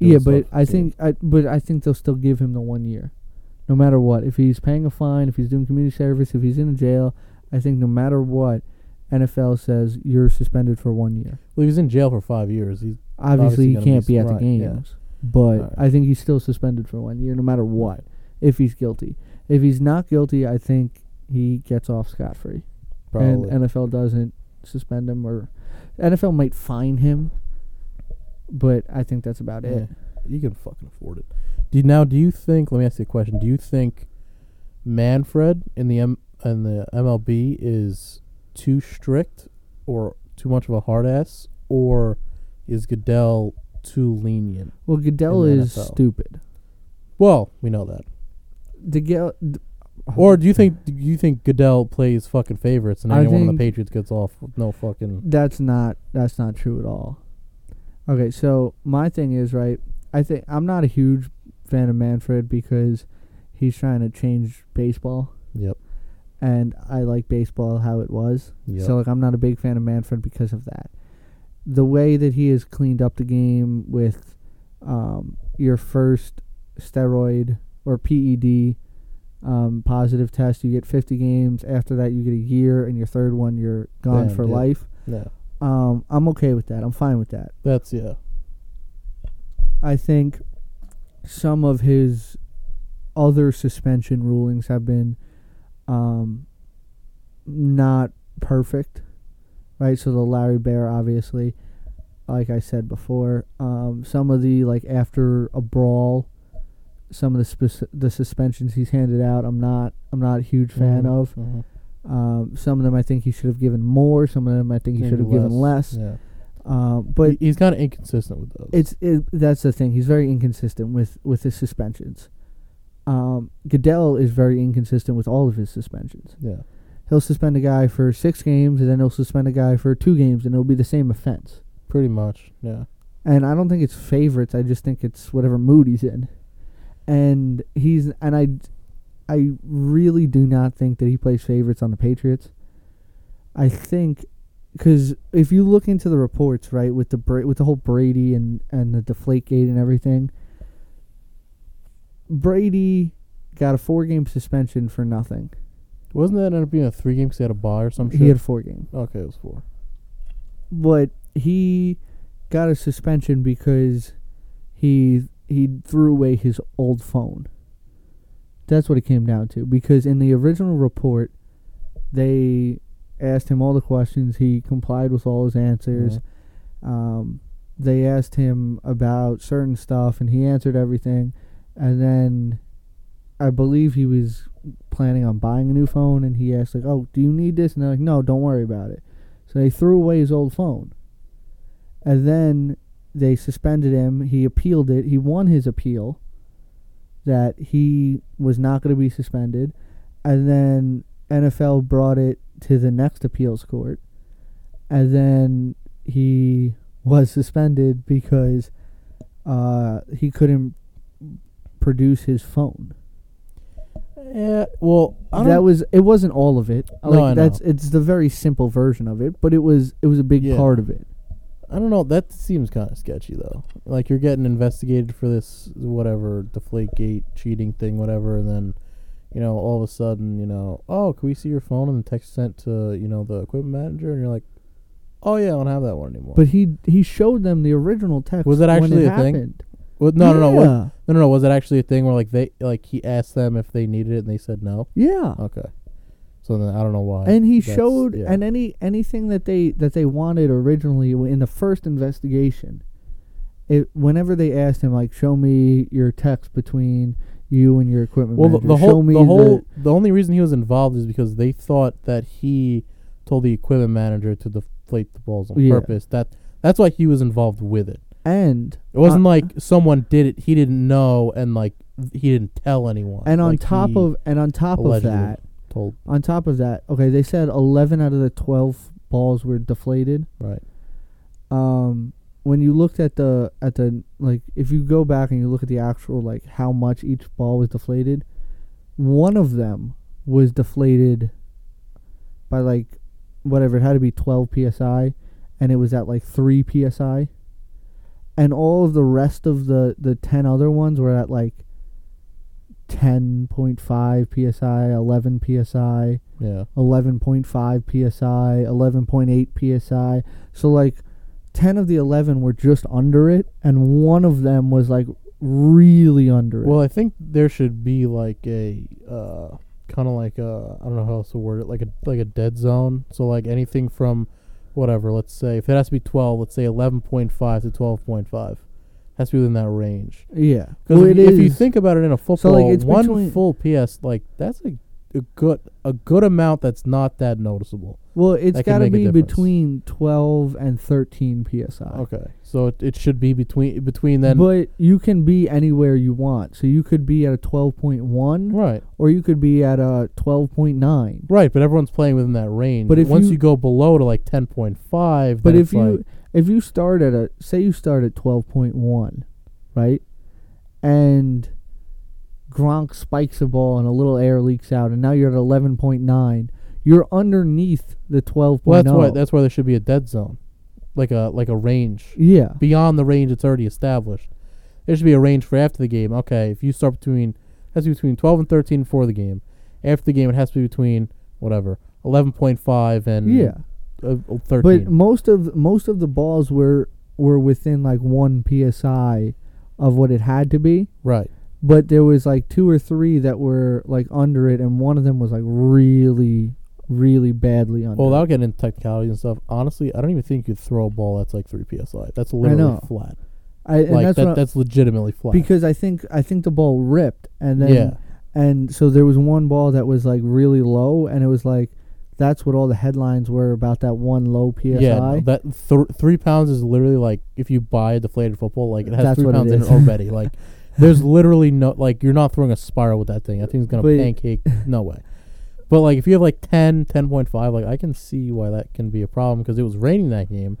Speaker 3: doing
Speaker 2: yeah, but
Speaker 3: stuff
Speaker 2: I
Speaker 3: to-
Speaker 2: think I but I think they'll still give him the one year no matter what. If he's paying a fine, if he's doing community service, if he's in a jail, I think no matter what, NFL says you're suspended for one year.
Speaker 3: Well, he was in jail for five years. He's Obviously
Speaker 2: Obviously, he
Speaker 3: gonna be
Speaker 2: can't be, at the
Speaker 3: right, yeah.
Speaker 2: games, but
Speaker 3: Alright.
Speaker 2: I think he's still suspended for one year, no matter what, if he's guilty. If he's not guilty, I think he gets off scot free.
Speaker 3: probably
Speaker 2: And NFL doesn't suspend him or NFL might fine him, but I think that's about it.
Speaker 3: Yeah, You can fucking afford it. Do you, now? Do you think? Let me ask you a question. Do you think Manfred in the M in the MLB is too strict or too much of a hard ass, or is Goodell too lenient?
Speaker 2: Well, Goodell
Speaker 3: In the
Speaker 2: is
Speaker 3: NFL.
Speaker 2: stupid.
Speaker 3: Well, we know that.
Speaker 2: Goodell,
Speaker 3: Or do you think? Do you think Goodell plays fucking favorites and
Speaker 2: I
Speaker 3: anyone in the
Speaker 2: think-
Speaker 3: Patriots gets off with no fucking?
Speaker 2: that's not that's not true at all. Okay, so my thing is right. I think I'm not a huge fan of Manfred because he's trying to change baseball,
Speaker 3: Yep.
Speaker 2: and I like baseball how it was.
Speaker 3: Yep.
Speaker 2: So like I'm not a big fan of Manfred because of that. The way that he has cleaned up the game with um, your first steroid or PED um, positive test, you get 50 games. After that, you get a year, and your third one, you're gone
Speaker 3: Banned,
Speaker 2: for
Speaker 3: yeah.
Speaker 2: life.
Speaker 3: yeah.
Speaker 2: Um, I'm okay with that. I'm fine with that.
Speaker 3: That's yeah.
Speaker 2: I think some of his other suspension rulings have been um, not perfect, right? So the Larry Bear, obviously, like I said before, um, some of the like after a brawl, some of the spec- the suspensions he's handed out, I'm not I'm not a huge fan
Speaker 3: Mhm,
Speaker 2: of.
Speaker 3: mhm.
Speaker 2: Um, some of them I think he should have given more. Some of them I think he
Speaker 3: Maybe
Speaker 2: should have given less.
Speaker 3: Yeah.
Speaker 2: Uh, but
Speaker 3: He- he's kind of inconsistent with those.
Speaker 2: it's it, that's the thing. He's very inconsistent with with his suspensions. Um, Goodell is very inconsistent with all of his suspensions.
Speaker 3: yeah.
Speaker 2: He'll suspend a guy for six games, and then he'll suspend a guy for two games, and it'll be the same offense.
Speaker 3: Pretty much. Yeah.
Speaker 2: And I don't think it's favorites. I just think it's whatever mood he's in. And he's and I, I really do not think that he plays favorites on the Patriots. I think because if you look into the reports, right, with the Bra- with the whole Brady and and the Deflategate and everything, Brady got a four game suspension for nothing.
Speaker 3: Wasn't that ended up being a three game? Cause he had a bye or some shit.
Speaker 2: He had four games.
Speaker 3: okay, it was four.
Speaker 2: but he got a suspension because he he threw away his old phone. That's what it came down to because in the original report they asked him all the questions, he complied with all his answers. Um, they asked him about certain stuff and he answered everything and then I believe he was planning on buying a new phone and he asked like, "Oh, do you need this?" and they're like, "No, don't worry about it." So they threw away his old phone. And then they suspended him. He appealed it. He won his appeal that he was not going to be suspended. And then NFL brought it to the next appeals court. And then he was suspended because uh, he couldn't produce his phone.
Speaker 3: Yeah. Eh, Well, I don't. Oh,
Speaker 2: That was it wasn't all of it.
Speaker 3: No,
Speaker 2: like
Speaker 3: I know.
Speaker 2: that's it's the very simple version of it, but it was it was a big
Speaker 3: Yeah.
Speaker 2: part of it.
Speaker 3: I don't know. That seems kind of sketchy though. Like you're getting investigated for this whatever deflate gate cheating thing, whatever, and then. You know, all of a sudden, you know, oh, can we see your phone? And the text sent to, you know, the equipment manager, and you're like, oh, yeah, I don't have that one anymore.
Speaker 2: But he he showed them the original text.
Speaker 3: Was that
Speaker 2: when
Speaker 3: actually
Speaker 2: it
Speaker 3: a thing?
Speaker 2: happened.
Speaker 3: Well, no, no, no, what-
Speaker 2: Yeah.
Speaker 3: no, no, no. Was it actually a thing where, like, they, like, he asked them if they needed it, and they said no?
Speaker 2: Yeah.
Speaker 3: Okay. So then I don't know why.
Speaker 2: And he
Speaker 3: Oh, that's-
Speaker 2: showed
Speaker 3: yeah.
Speaker 2: and any anything that they that they wanted originally w- in the first investigation. It whenever they asked him like show me your text between you and your equipment
Speaker 3: Well, the,
Speaker 2: manager.
Speaker 3: the
Speaker 2: show
Speaker 3: whole,
Speaker 2: me
Speaker 3: the whole, the, only reason he was involved is because they thought that he told the equipment manager to deflate the balls on
Speaker 2: Yeah.
Speaker 3: purpose. That that's why he was involved with it.
Speaker 2: and
Speaker 3: It wasn't
Speaker 2: Uh,
Speaker 3: like someone did it; he didn't know, and like th- he didn't tell anyone.
Speaker 2: and on
Speaker 3: Like,
Speaker 2: top
Speaker 3: he
Speaker 2: of and on top of
Speaker 3: allegedly
Speaker 2: that
Speaker 3: told
Speaker 2: on top of that okay they said 11 out of the 12 balls were deflated.
Speaker 3: right,
Speaker 2: um when you looked at the at the like if you go back and you look at the actual like how much each ball was deflated one of them was deflated by like whatever it had to be 12 psi and it was at like 3 psi and all of the rest of the the 10 other ones were at like 10.5 psi, 11 psi,
Speaker 3: Yeah.
Speaker 2: 11.5 psi, 11.8 psi. So like 10 of the 11 were just under it and one of them was like really under it.
Speaker 3: Well, I think there should be like a uh, kind of like a I don't know how else to word it, like a like a dead zone. So like anything from whatever, let's say if it has to be twelve, let's say eleven point five to twelve point five, has to be within that range.
Speaker 2: yeah.
Speaker 3: Because
Speaker 2: Well,
Speaker 3: if,
Speaker 2: it
Speaker 3: you- if you
Speaker 2: is.
Speaker 3: think about it in a football,
Speaker 2: it's
Speaker 3: one
Speaker 2: between-
Speaker 3: full PS, like that's a, a good a good amount that's not that noticeable.
Speaker 2: well, it's
Speaker 3: that can
Speaker 2: got to
Speaker 3: make a
Speaker 2: be
Speaker 3: difference.
Speaker 2: between 12 and 13 psi.
Speaker 3: Okay, so it, it should be between between then
Speaker 2: but you can be anywhere you want. So you could be at a 12.1
Speaker 3: right
Speaker 2: or you could be at a 12.9.
Speaker 3: right, but everyone's playing within that range.
Speaker 2: But if
Speaker 3: once
Speaker 2: you-
Speaker 3: you, go below to like ten point five,
Speaker 2: But if you if you start at a say you start at 12.1, right? And Gronk spikes a ball and a little air leaks out and now you're at 11.9. You're underneath the oh. 12.0.
Speaker 3: Well, that's why that's why there should be a dead zone, like a like a range
Speaker 2: yeah.
Speaker 3: beyond the range that's already established. There should be a range for after the game. Okay, if you start between has to be between twelve and thirteen for the game. After the game, it has to be between whatever eleven point five and
Speaker 2: Yeah.
Speaker 3: uh, uh,
Speaker 2: But
Speaker 3: thirteen.
Speaker 2: most of most of the balls were were within like 1 psi of what it had to be.
Speaker 3: right.
Speaker 2: but there was like two or three that were like under it, and one of them was like really, really badly under.
Speaker 3: Well,
Speaker 2: it.
Speaker 3: without getting into technicalities and stuff, honestly, I don't even think you could throw a ball that's like three psi. That's literally
Speaker 2: know.
Speaker 3: flat.
Speaker 2: I, and
Speaker 3: like
Speaker 2: that's,
Speaker 3: that,
Speaker 2: what I-
Speaker 3: that's legitimately flat.
Speaker 2: because I think I think the ball ripped, and then
Speaker 3: yeah,
Speaker 2: and so there was one ball that was like really low, and it was like that's what all the headlines were about that one low psi.
Speaker 3: yeah. no, that th- three pounds is literally like if you buy a deflated football, like it has
Speaker 2: That's
Speaker 3: three
Speaker 2: what it
Speaker 3: pounds in it
Speaker 2: is. [laughs]
Speaker 3: already. like there's literally no like you're not throwing a spiral with that thing. That thing's gonna
Speaker 2: But- [laughs]
Speaker 3: pancake. No way. But like if you have like 10, 10.5, like I can see why that can be a problem because it was raining that game,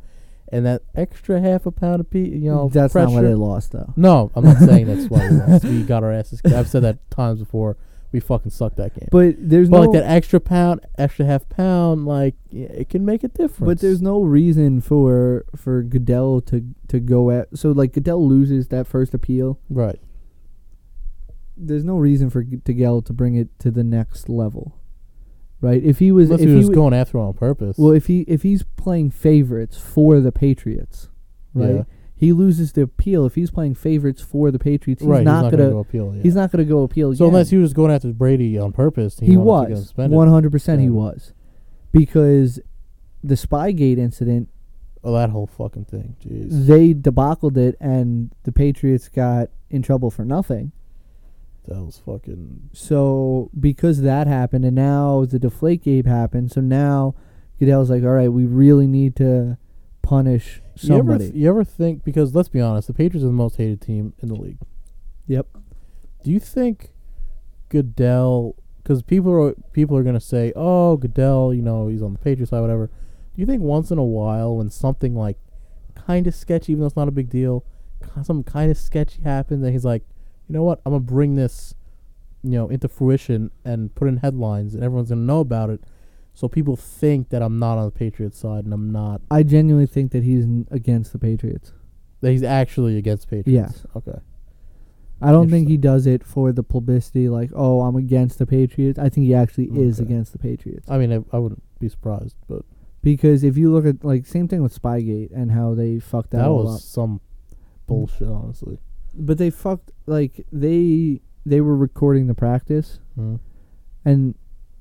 Speaker 3: and that extra half a pound of pe- you know
Speaker 2: that's
Speaker 3: pressure.
Speaker 2: not what they lost though.
Speaker 3: No, I'm not saying that's why we
Speaker 2: [laughs]
Speaker 3: lost. We got our asses. I've said that times before. We fucking sucked that game. But,
Speaker 2: But there's no
Speaker 3: like that extra pound, extra half pound, like yeah, it can make a difference.
Speaker 2: But there's no reason for for Goodell to to go at so like Goodell loses that first appeal.
Speaker 3: right.
Speaker 2: there's no reason for G- Goodell to bring it to the next level, right? If he was,
Speaker 3: Unless
Speaker 2: if
Speaker 3: he was
Speaker 2: wa-
Speaker 3: going after him on purpose.
Speaker 2: well, if he if he's playing favorites for the Patriots, right?
Speaker 3: Yeah.
Speaker 2: He loses the appeal if he's playing favorites for the Patriots. He's
Speaker 3: right,
Speaker 2: not,
Speaker 3: he's not
Speaker 2: gonna,
Speaker 3: go appeal. Yeah.
Speaker 2: he's not gonna go appeal.
Speaker 3: so
Speaker 2: again.
Speaker 3: unless he was going after Brady on purpose, he,
Speaker 2: he
Speaker 3: wanted to get him
Speaker 2: was
Speaker 3: suspended.
Speaker 2: one hundred percent he
Speaker 3: Yeah.
Speaker 2: was, because the Spygate incident
Speaker 3: Oh, that whole fucking thing. Jeez,
Speaker 2: they debacled it and the Patriots got in trouble for nothing.
Speaker 3: that was fucking.
Speaker 2: So because that happened, and now the Deflate Gabe happened, so now Goodell's like, all right, we really need to punish somebody.
Speaker 3: You ever, you ever think because let's be honest, the Patriots are the most hated team in the league.
Speaker 2: yep.
Speaker 3: Do you think Goodell? Because people are people are gonna say, "Oh, Goodell, you know he's on the Patriots side, whatever." Do you think once in a while, when something like kind of sketchy, even though it's not a big deal, ki- something kind of sketchy happens, and he's like, "You know what? I'm gonna bring this, you know, into fruition and put in headlines, and everyone's gonna know about it." So people think that I'm not on the Patriots side, and I'm not.
Speaker 2: I genuinely think that he's n- against the Patriots.
Speaker 3: That he's actually against Patriots.
Speaker 2: Yes.
Speaker 3: Okay.
Speaker 2: I don't think he does it for the publicity, like, oh, I'm against the Patriots. I think he actually is
Speaker 3: Okay.
Speaker 2: against the Patriots.
Speaker 3: I mean, I, I wouldn't be surprised, but
Speaker 2: Because if you look at, like, same thing with Spygate and how they fucked that,
Speaker 3: that
Speaker 2: all
Speaker 3: was
Speaker 2: up.
Speaker 3: some bullshit, honestly.
Speaker 2: But they fucked, like, they they were recording the practice, and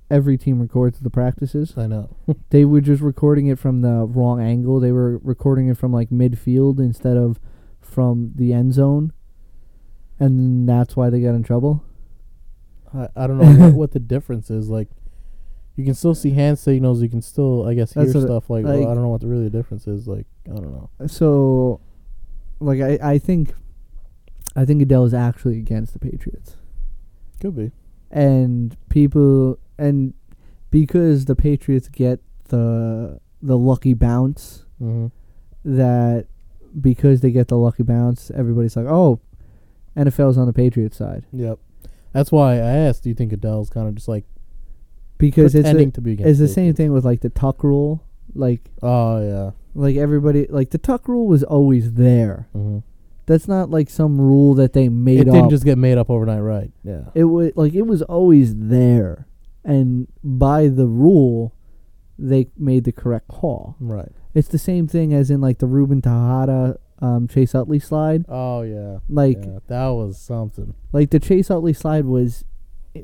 Speaker 2: every team records the practices.
Speaker 3: I know.
Speaker 2: they were just recording it from the wrong angle. They were recording it from like midfield instead of from the end zone, and that's why they got in trouble.
Speaker 3: I, I don't
Speaker 2: [laughs]
Speaker 3: know what, what the difference is. Like, you can still see hand signals. You can still, I guess, hear
Speaker 2: That's what-
Speaker 3: stuff. Like, well,
Speaker 2: like-
Speaker 3: I don't know what the really difference is. Like, I don't know.
Speaker 2: So, like I, I think, I think Adele is actually against the Patriots,
Speaker 3: Could be.
Speaker 2: and people, and because the Patriots get the the lucky bounce,
Speaker 3: Mm-hmm.
Speaker 2: that because they get the lucky bounce, everybody's like, oh, NFL's on the Patriots side
Speaker 3: Yep. That's why I asked. Do you think Adele's kind of just like
Speaker 2: because it's a,
Speaker 3: pretending to be against?
Speaker 2: It's the same
Speaker 3: Patriots?
Speaker 2: thing with like the tuck rule. Like
Speaker 3: Oh yeah.
Speaker 2: like everybody like the tuck rule was always there.
Speaker 3: Mm-hmm.
Speaker 2: That's not like some rule that they made
Speaker 3: it didn't
Speaker 2: up.
Speaker 3: just get made up overnight, right? Yeah.
Speaker 2: it was like it was always there, and by the rule, they made the correct call.
Speaker 3: Right.
Speaker 2: It's the same thing as in like the Ruben Tejada um, Chase Utley slide.
Speaker 3: Oh yeah.
Speaker 2: Like
Speaker 3: yeah, that was something.
Speaker 2: like the Chase Utley slide was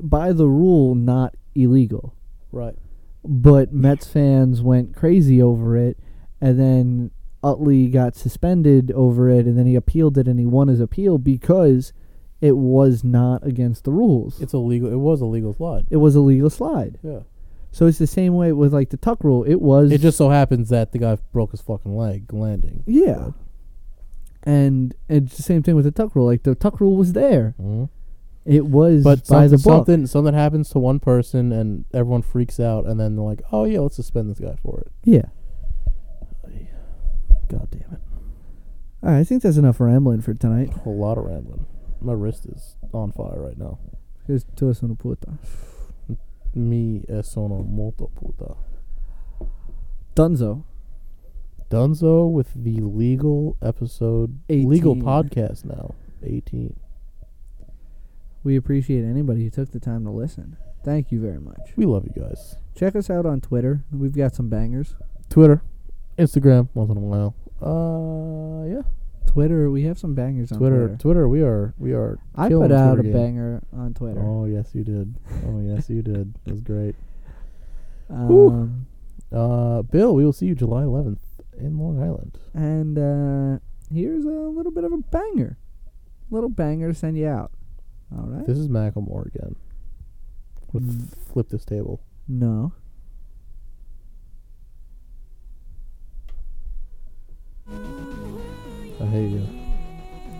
Speaker 2: by the rule not illegal,
Speaker 3: Right.
Speaker 2: but Mets fans went crazy over it, and then Utley got suspended over it, and then he appealed it and he won his appeal because it was not against the rules.
Speaker 3: It's illegal. It was a legal slide.
Speaker 2: it was a legal slide.
Speaker 3: Yeah.
Speaker 2: So it's the same way with like the tuck rule. It was
Speaker 3: It just so happens that the guy broke his fucking leg landing.
Speaker 2: yeah. And it's the same thing with the tuck rule. Like the tuck rule was there.
Speaker 3: hmm
Speaker 2: It was
Speaker 3: But
Speaker 2: by the
Speaker 3: something,
Speaker 2: book.
Speaker 3: something something happens to one person and everyone freaks out and then they're like, oh yeah, let's suspend this guy for it.
Speaker 2: Yeah.
Speaker 3: God damn it!
Speaker 2: All right, I think that's enough rambling for tonight.
Speaker 3: A lot of rambling. My wrist is on fire right now.
Speaker 2: Here's Todos una puta.
Speaker 3: Mi es sono molto puta.
Speaker 2: Dunzo.
Speaker 3: Dunzo with the legal episode, legal
Speaker 2: 18.
Speaker 3: podcast now. 18.
Speaker 2: We appreciate anybody who took the time to listen. Thank you very much.
Speaker 3: We love you guys.
Speaker 2: Check us out on Twitter. We've got some bangers.
Speaker 3: Twitter, Instagram, once in a while. Uh, yeah.
Speaker 2: Twitter, we have some bangers on
Speaker 3: Twitter,
Speaker 2: Twitter.
Speaker 3: Twitter, we are, we are.
Speaker 2: I
Speaker 3: killing
Speaker 2: put out a
Speaker 3: Twitter game.
Speaker 2: banger on Twitter.
Speaker 3: Oh yes, you did. Oh yes, you did. That was great. Whew.
Speaker 2: Um,
Speaker 3: Uh, Bill, we will see you July 11th in Long Island.
Speaker 2: and uh, here's a little bit of a banger. Little banger to send you out. All right?
Speaker 3: This is Macklemore again. Would
Speaker 2: Mm.
Speaker 3: flip this table.
Speaker 2: No.
Speaker 3: I hate you.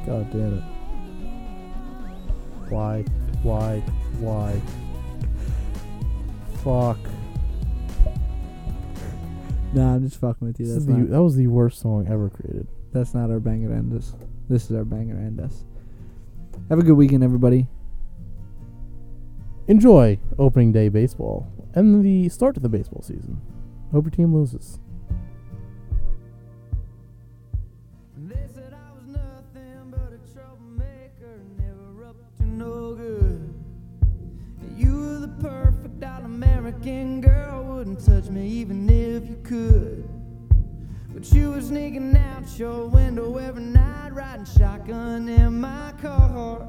Speaker 3: God damn it. Why? Why? Why? Fuck.
Speaker 2: No, I'm just fucking with you.
Speaker 3: This
Speaker 2: That's
Speaker 3: is the,
Speaker 2: not,
Speaker 3: that was the worst song ever created.
Speaker 2: that's not our banger to end us. This is our banger to end us. Have a good weekend, everybody.
Speaker 3: Enjoy opening day baseball and the start to the baseball season. Hope your team loses.
Speaker 5: They said I was nothing but a troublemaker, never up to no good. You were the perfect all American girl, wouldn't touch me even if you could. But you were sneaking out your window every night, riding shotgun in my car.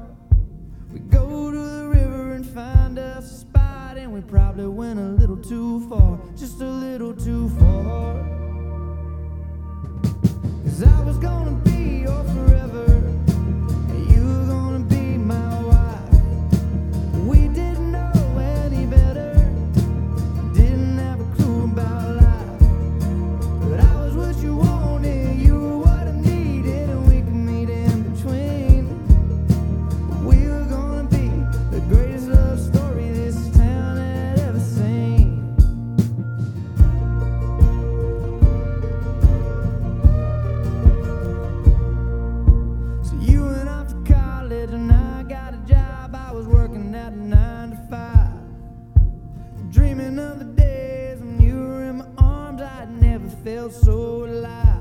Speaker 5: We go to the river and find us a spot, and we probably went a little too far, just a little too far. 'Cause I was gonna be your forever, and you were gonna be my wife. We didn't know any better, didn't have a clue about life. But I was what you wanted, you were what I needed, and we could meet in between. We were gonna be the greatest love story this town had ever seen. So you went off to college and I got a job. I was working at a nine to five. Dreaming of the days when you were in my arms. I never felt so alive.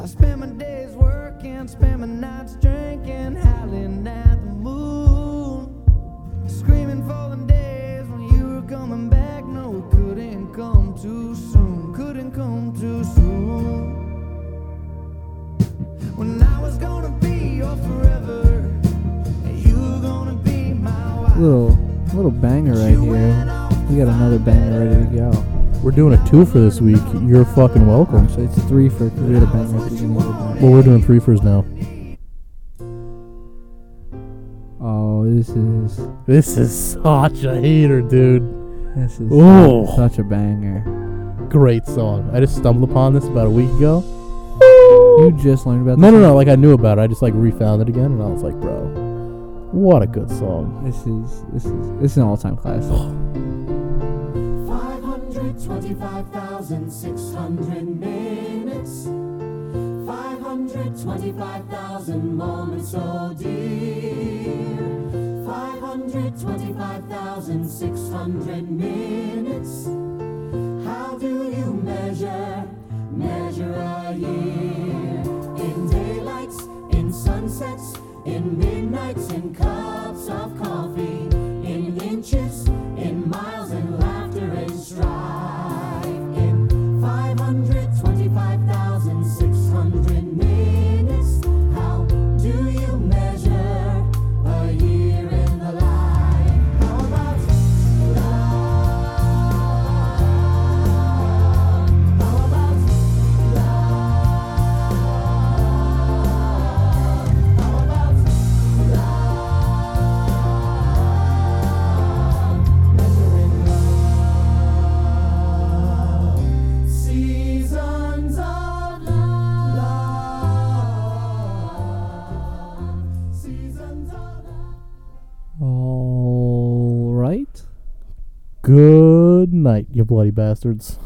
Speaker 5: I spent my days working, spent my nights drinking, howling at the moon. Screaming for the days when you were coming back. No, it couldn't come too soon. Couldn't come too soon. When I was gonna be your forever, and you were gonna be my wife.
Speaker 2: Little little banger right
Speaker 5: You
Speaker 2: here.
Speaker 5: went off
Speaker 2: We got another banger ready to go.
Speaker 3: We're doing a two for this week. You're fucking welcome.
Speaker 2: Actually, it's three for we had a banger at the beginning of the night.
Speaker 3: Well, we're doing three fours now.
Speaker 2: Oh, this is
Speaker 3: This is such a hater, dude.
Speaker 2: this is
Speaker 3: Ooh.
Speaker 2: such, such a banger.
Speaker 3: Great song. I just stumbled upon this about a week ago.
Speaker 2: You just learned about
Speaker 3: No,
Speaker 2: this
Speaker 3: no, no. Like I knew about it. I just like refound it again, and I was like, bro, what a good song.
Speaker 2: This is this is this is an all-time classic.
Speaker 6: 525,600 minutes. 525,000 moments so dear. 525,600 minutes. How do you measure, measure a year? In daylights, in
Speaker 3: Good night, you bloody bastards.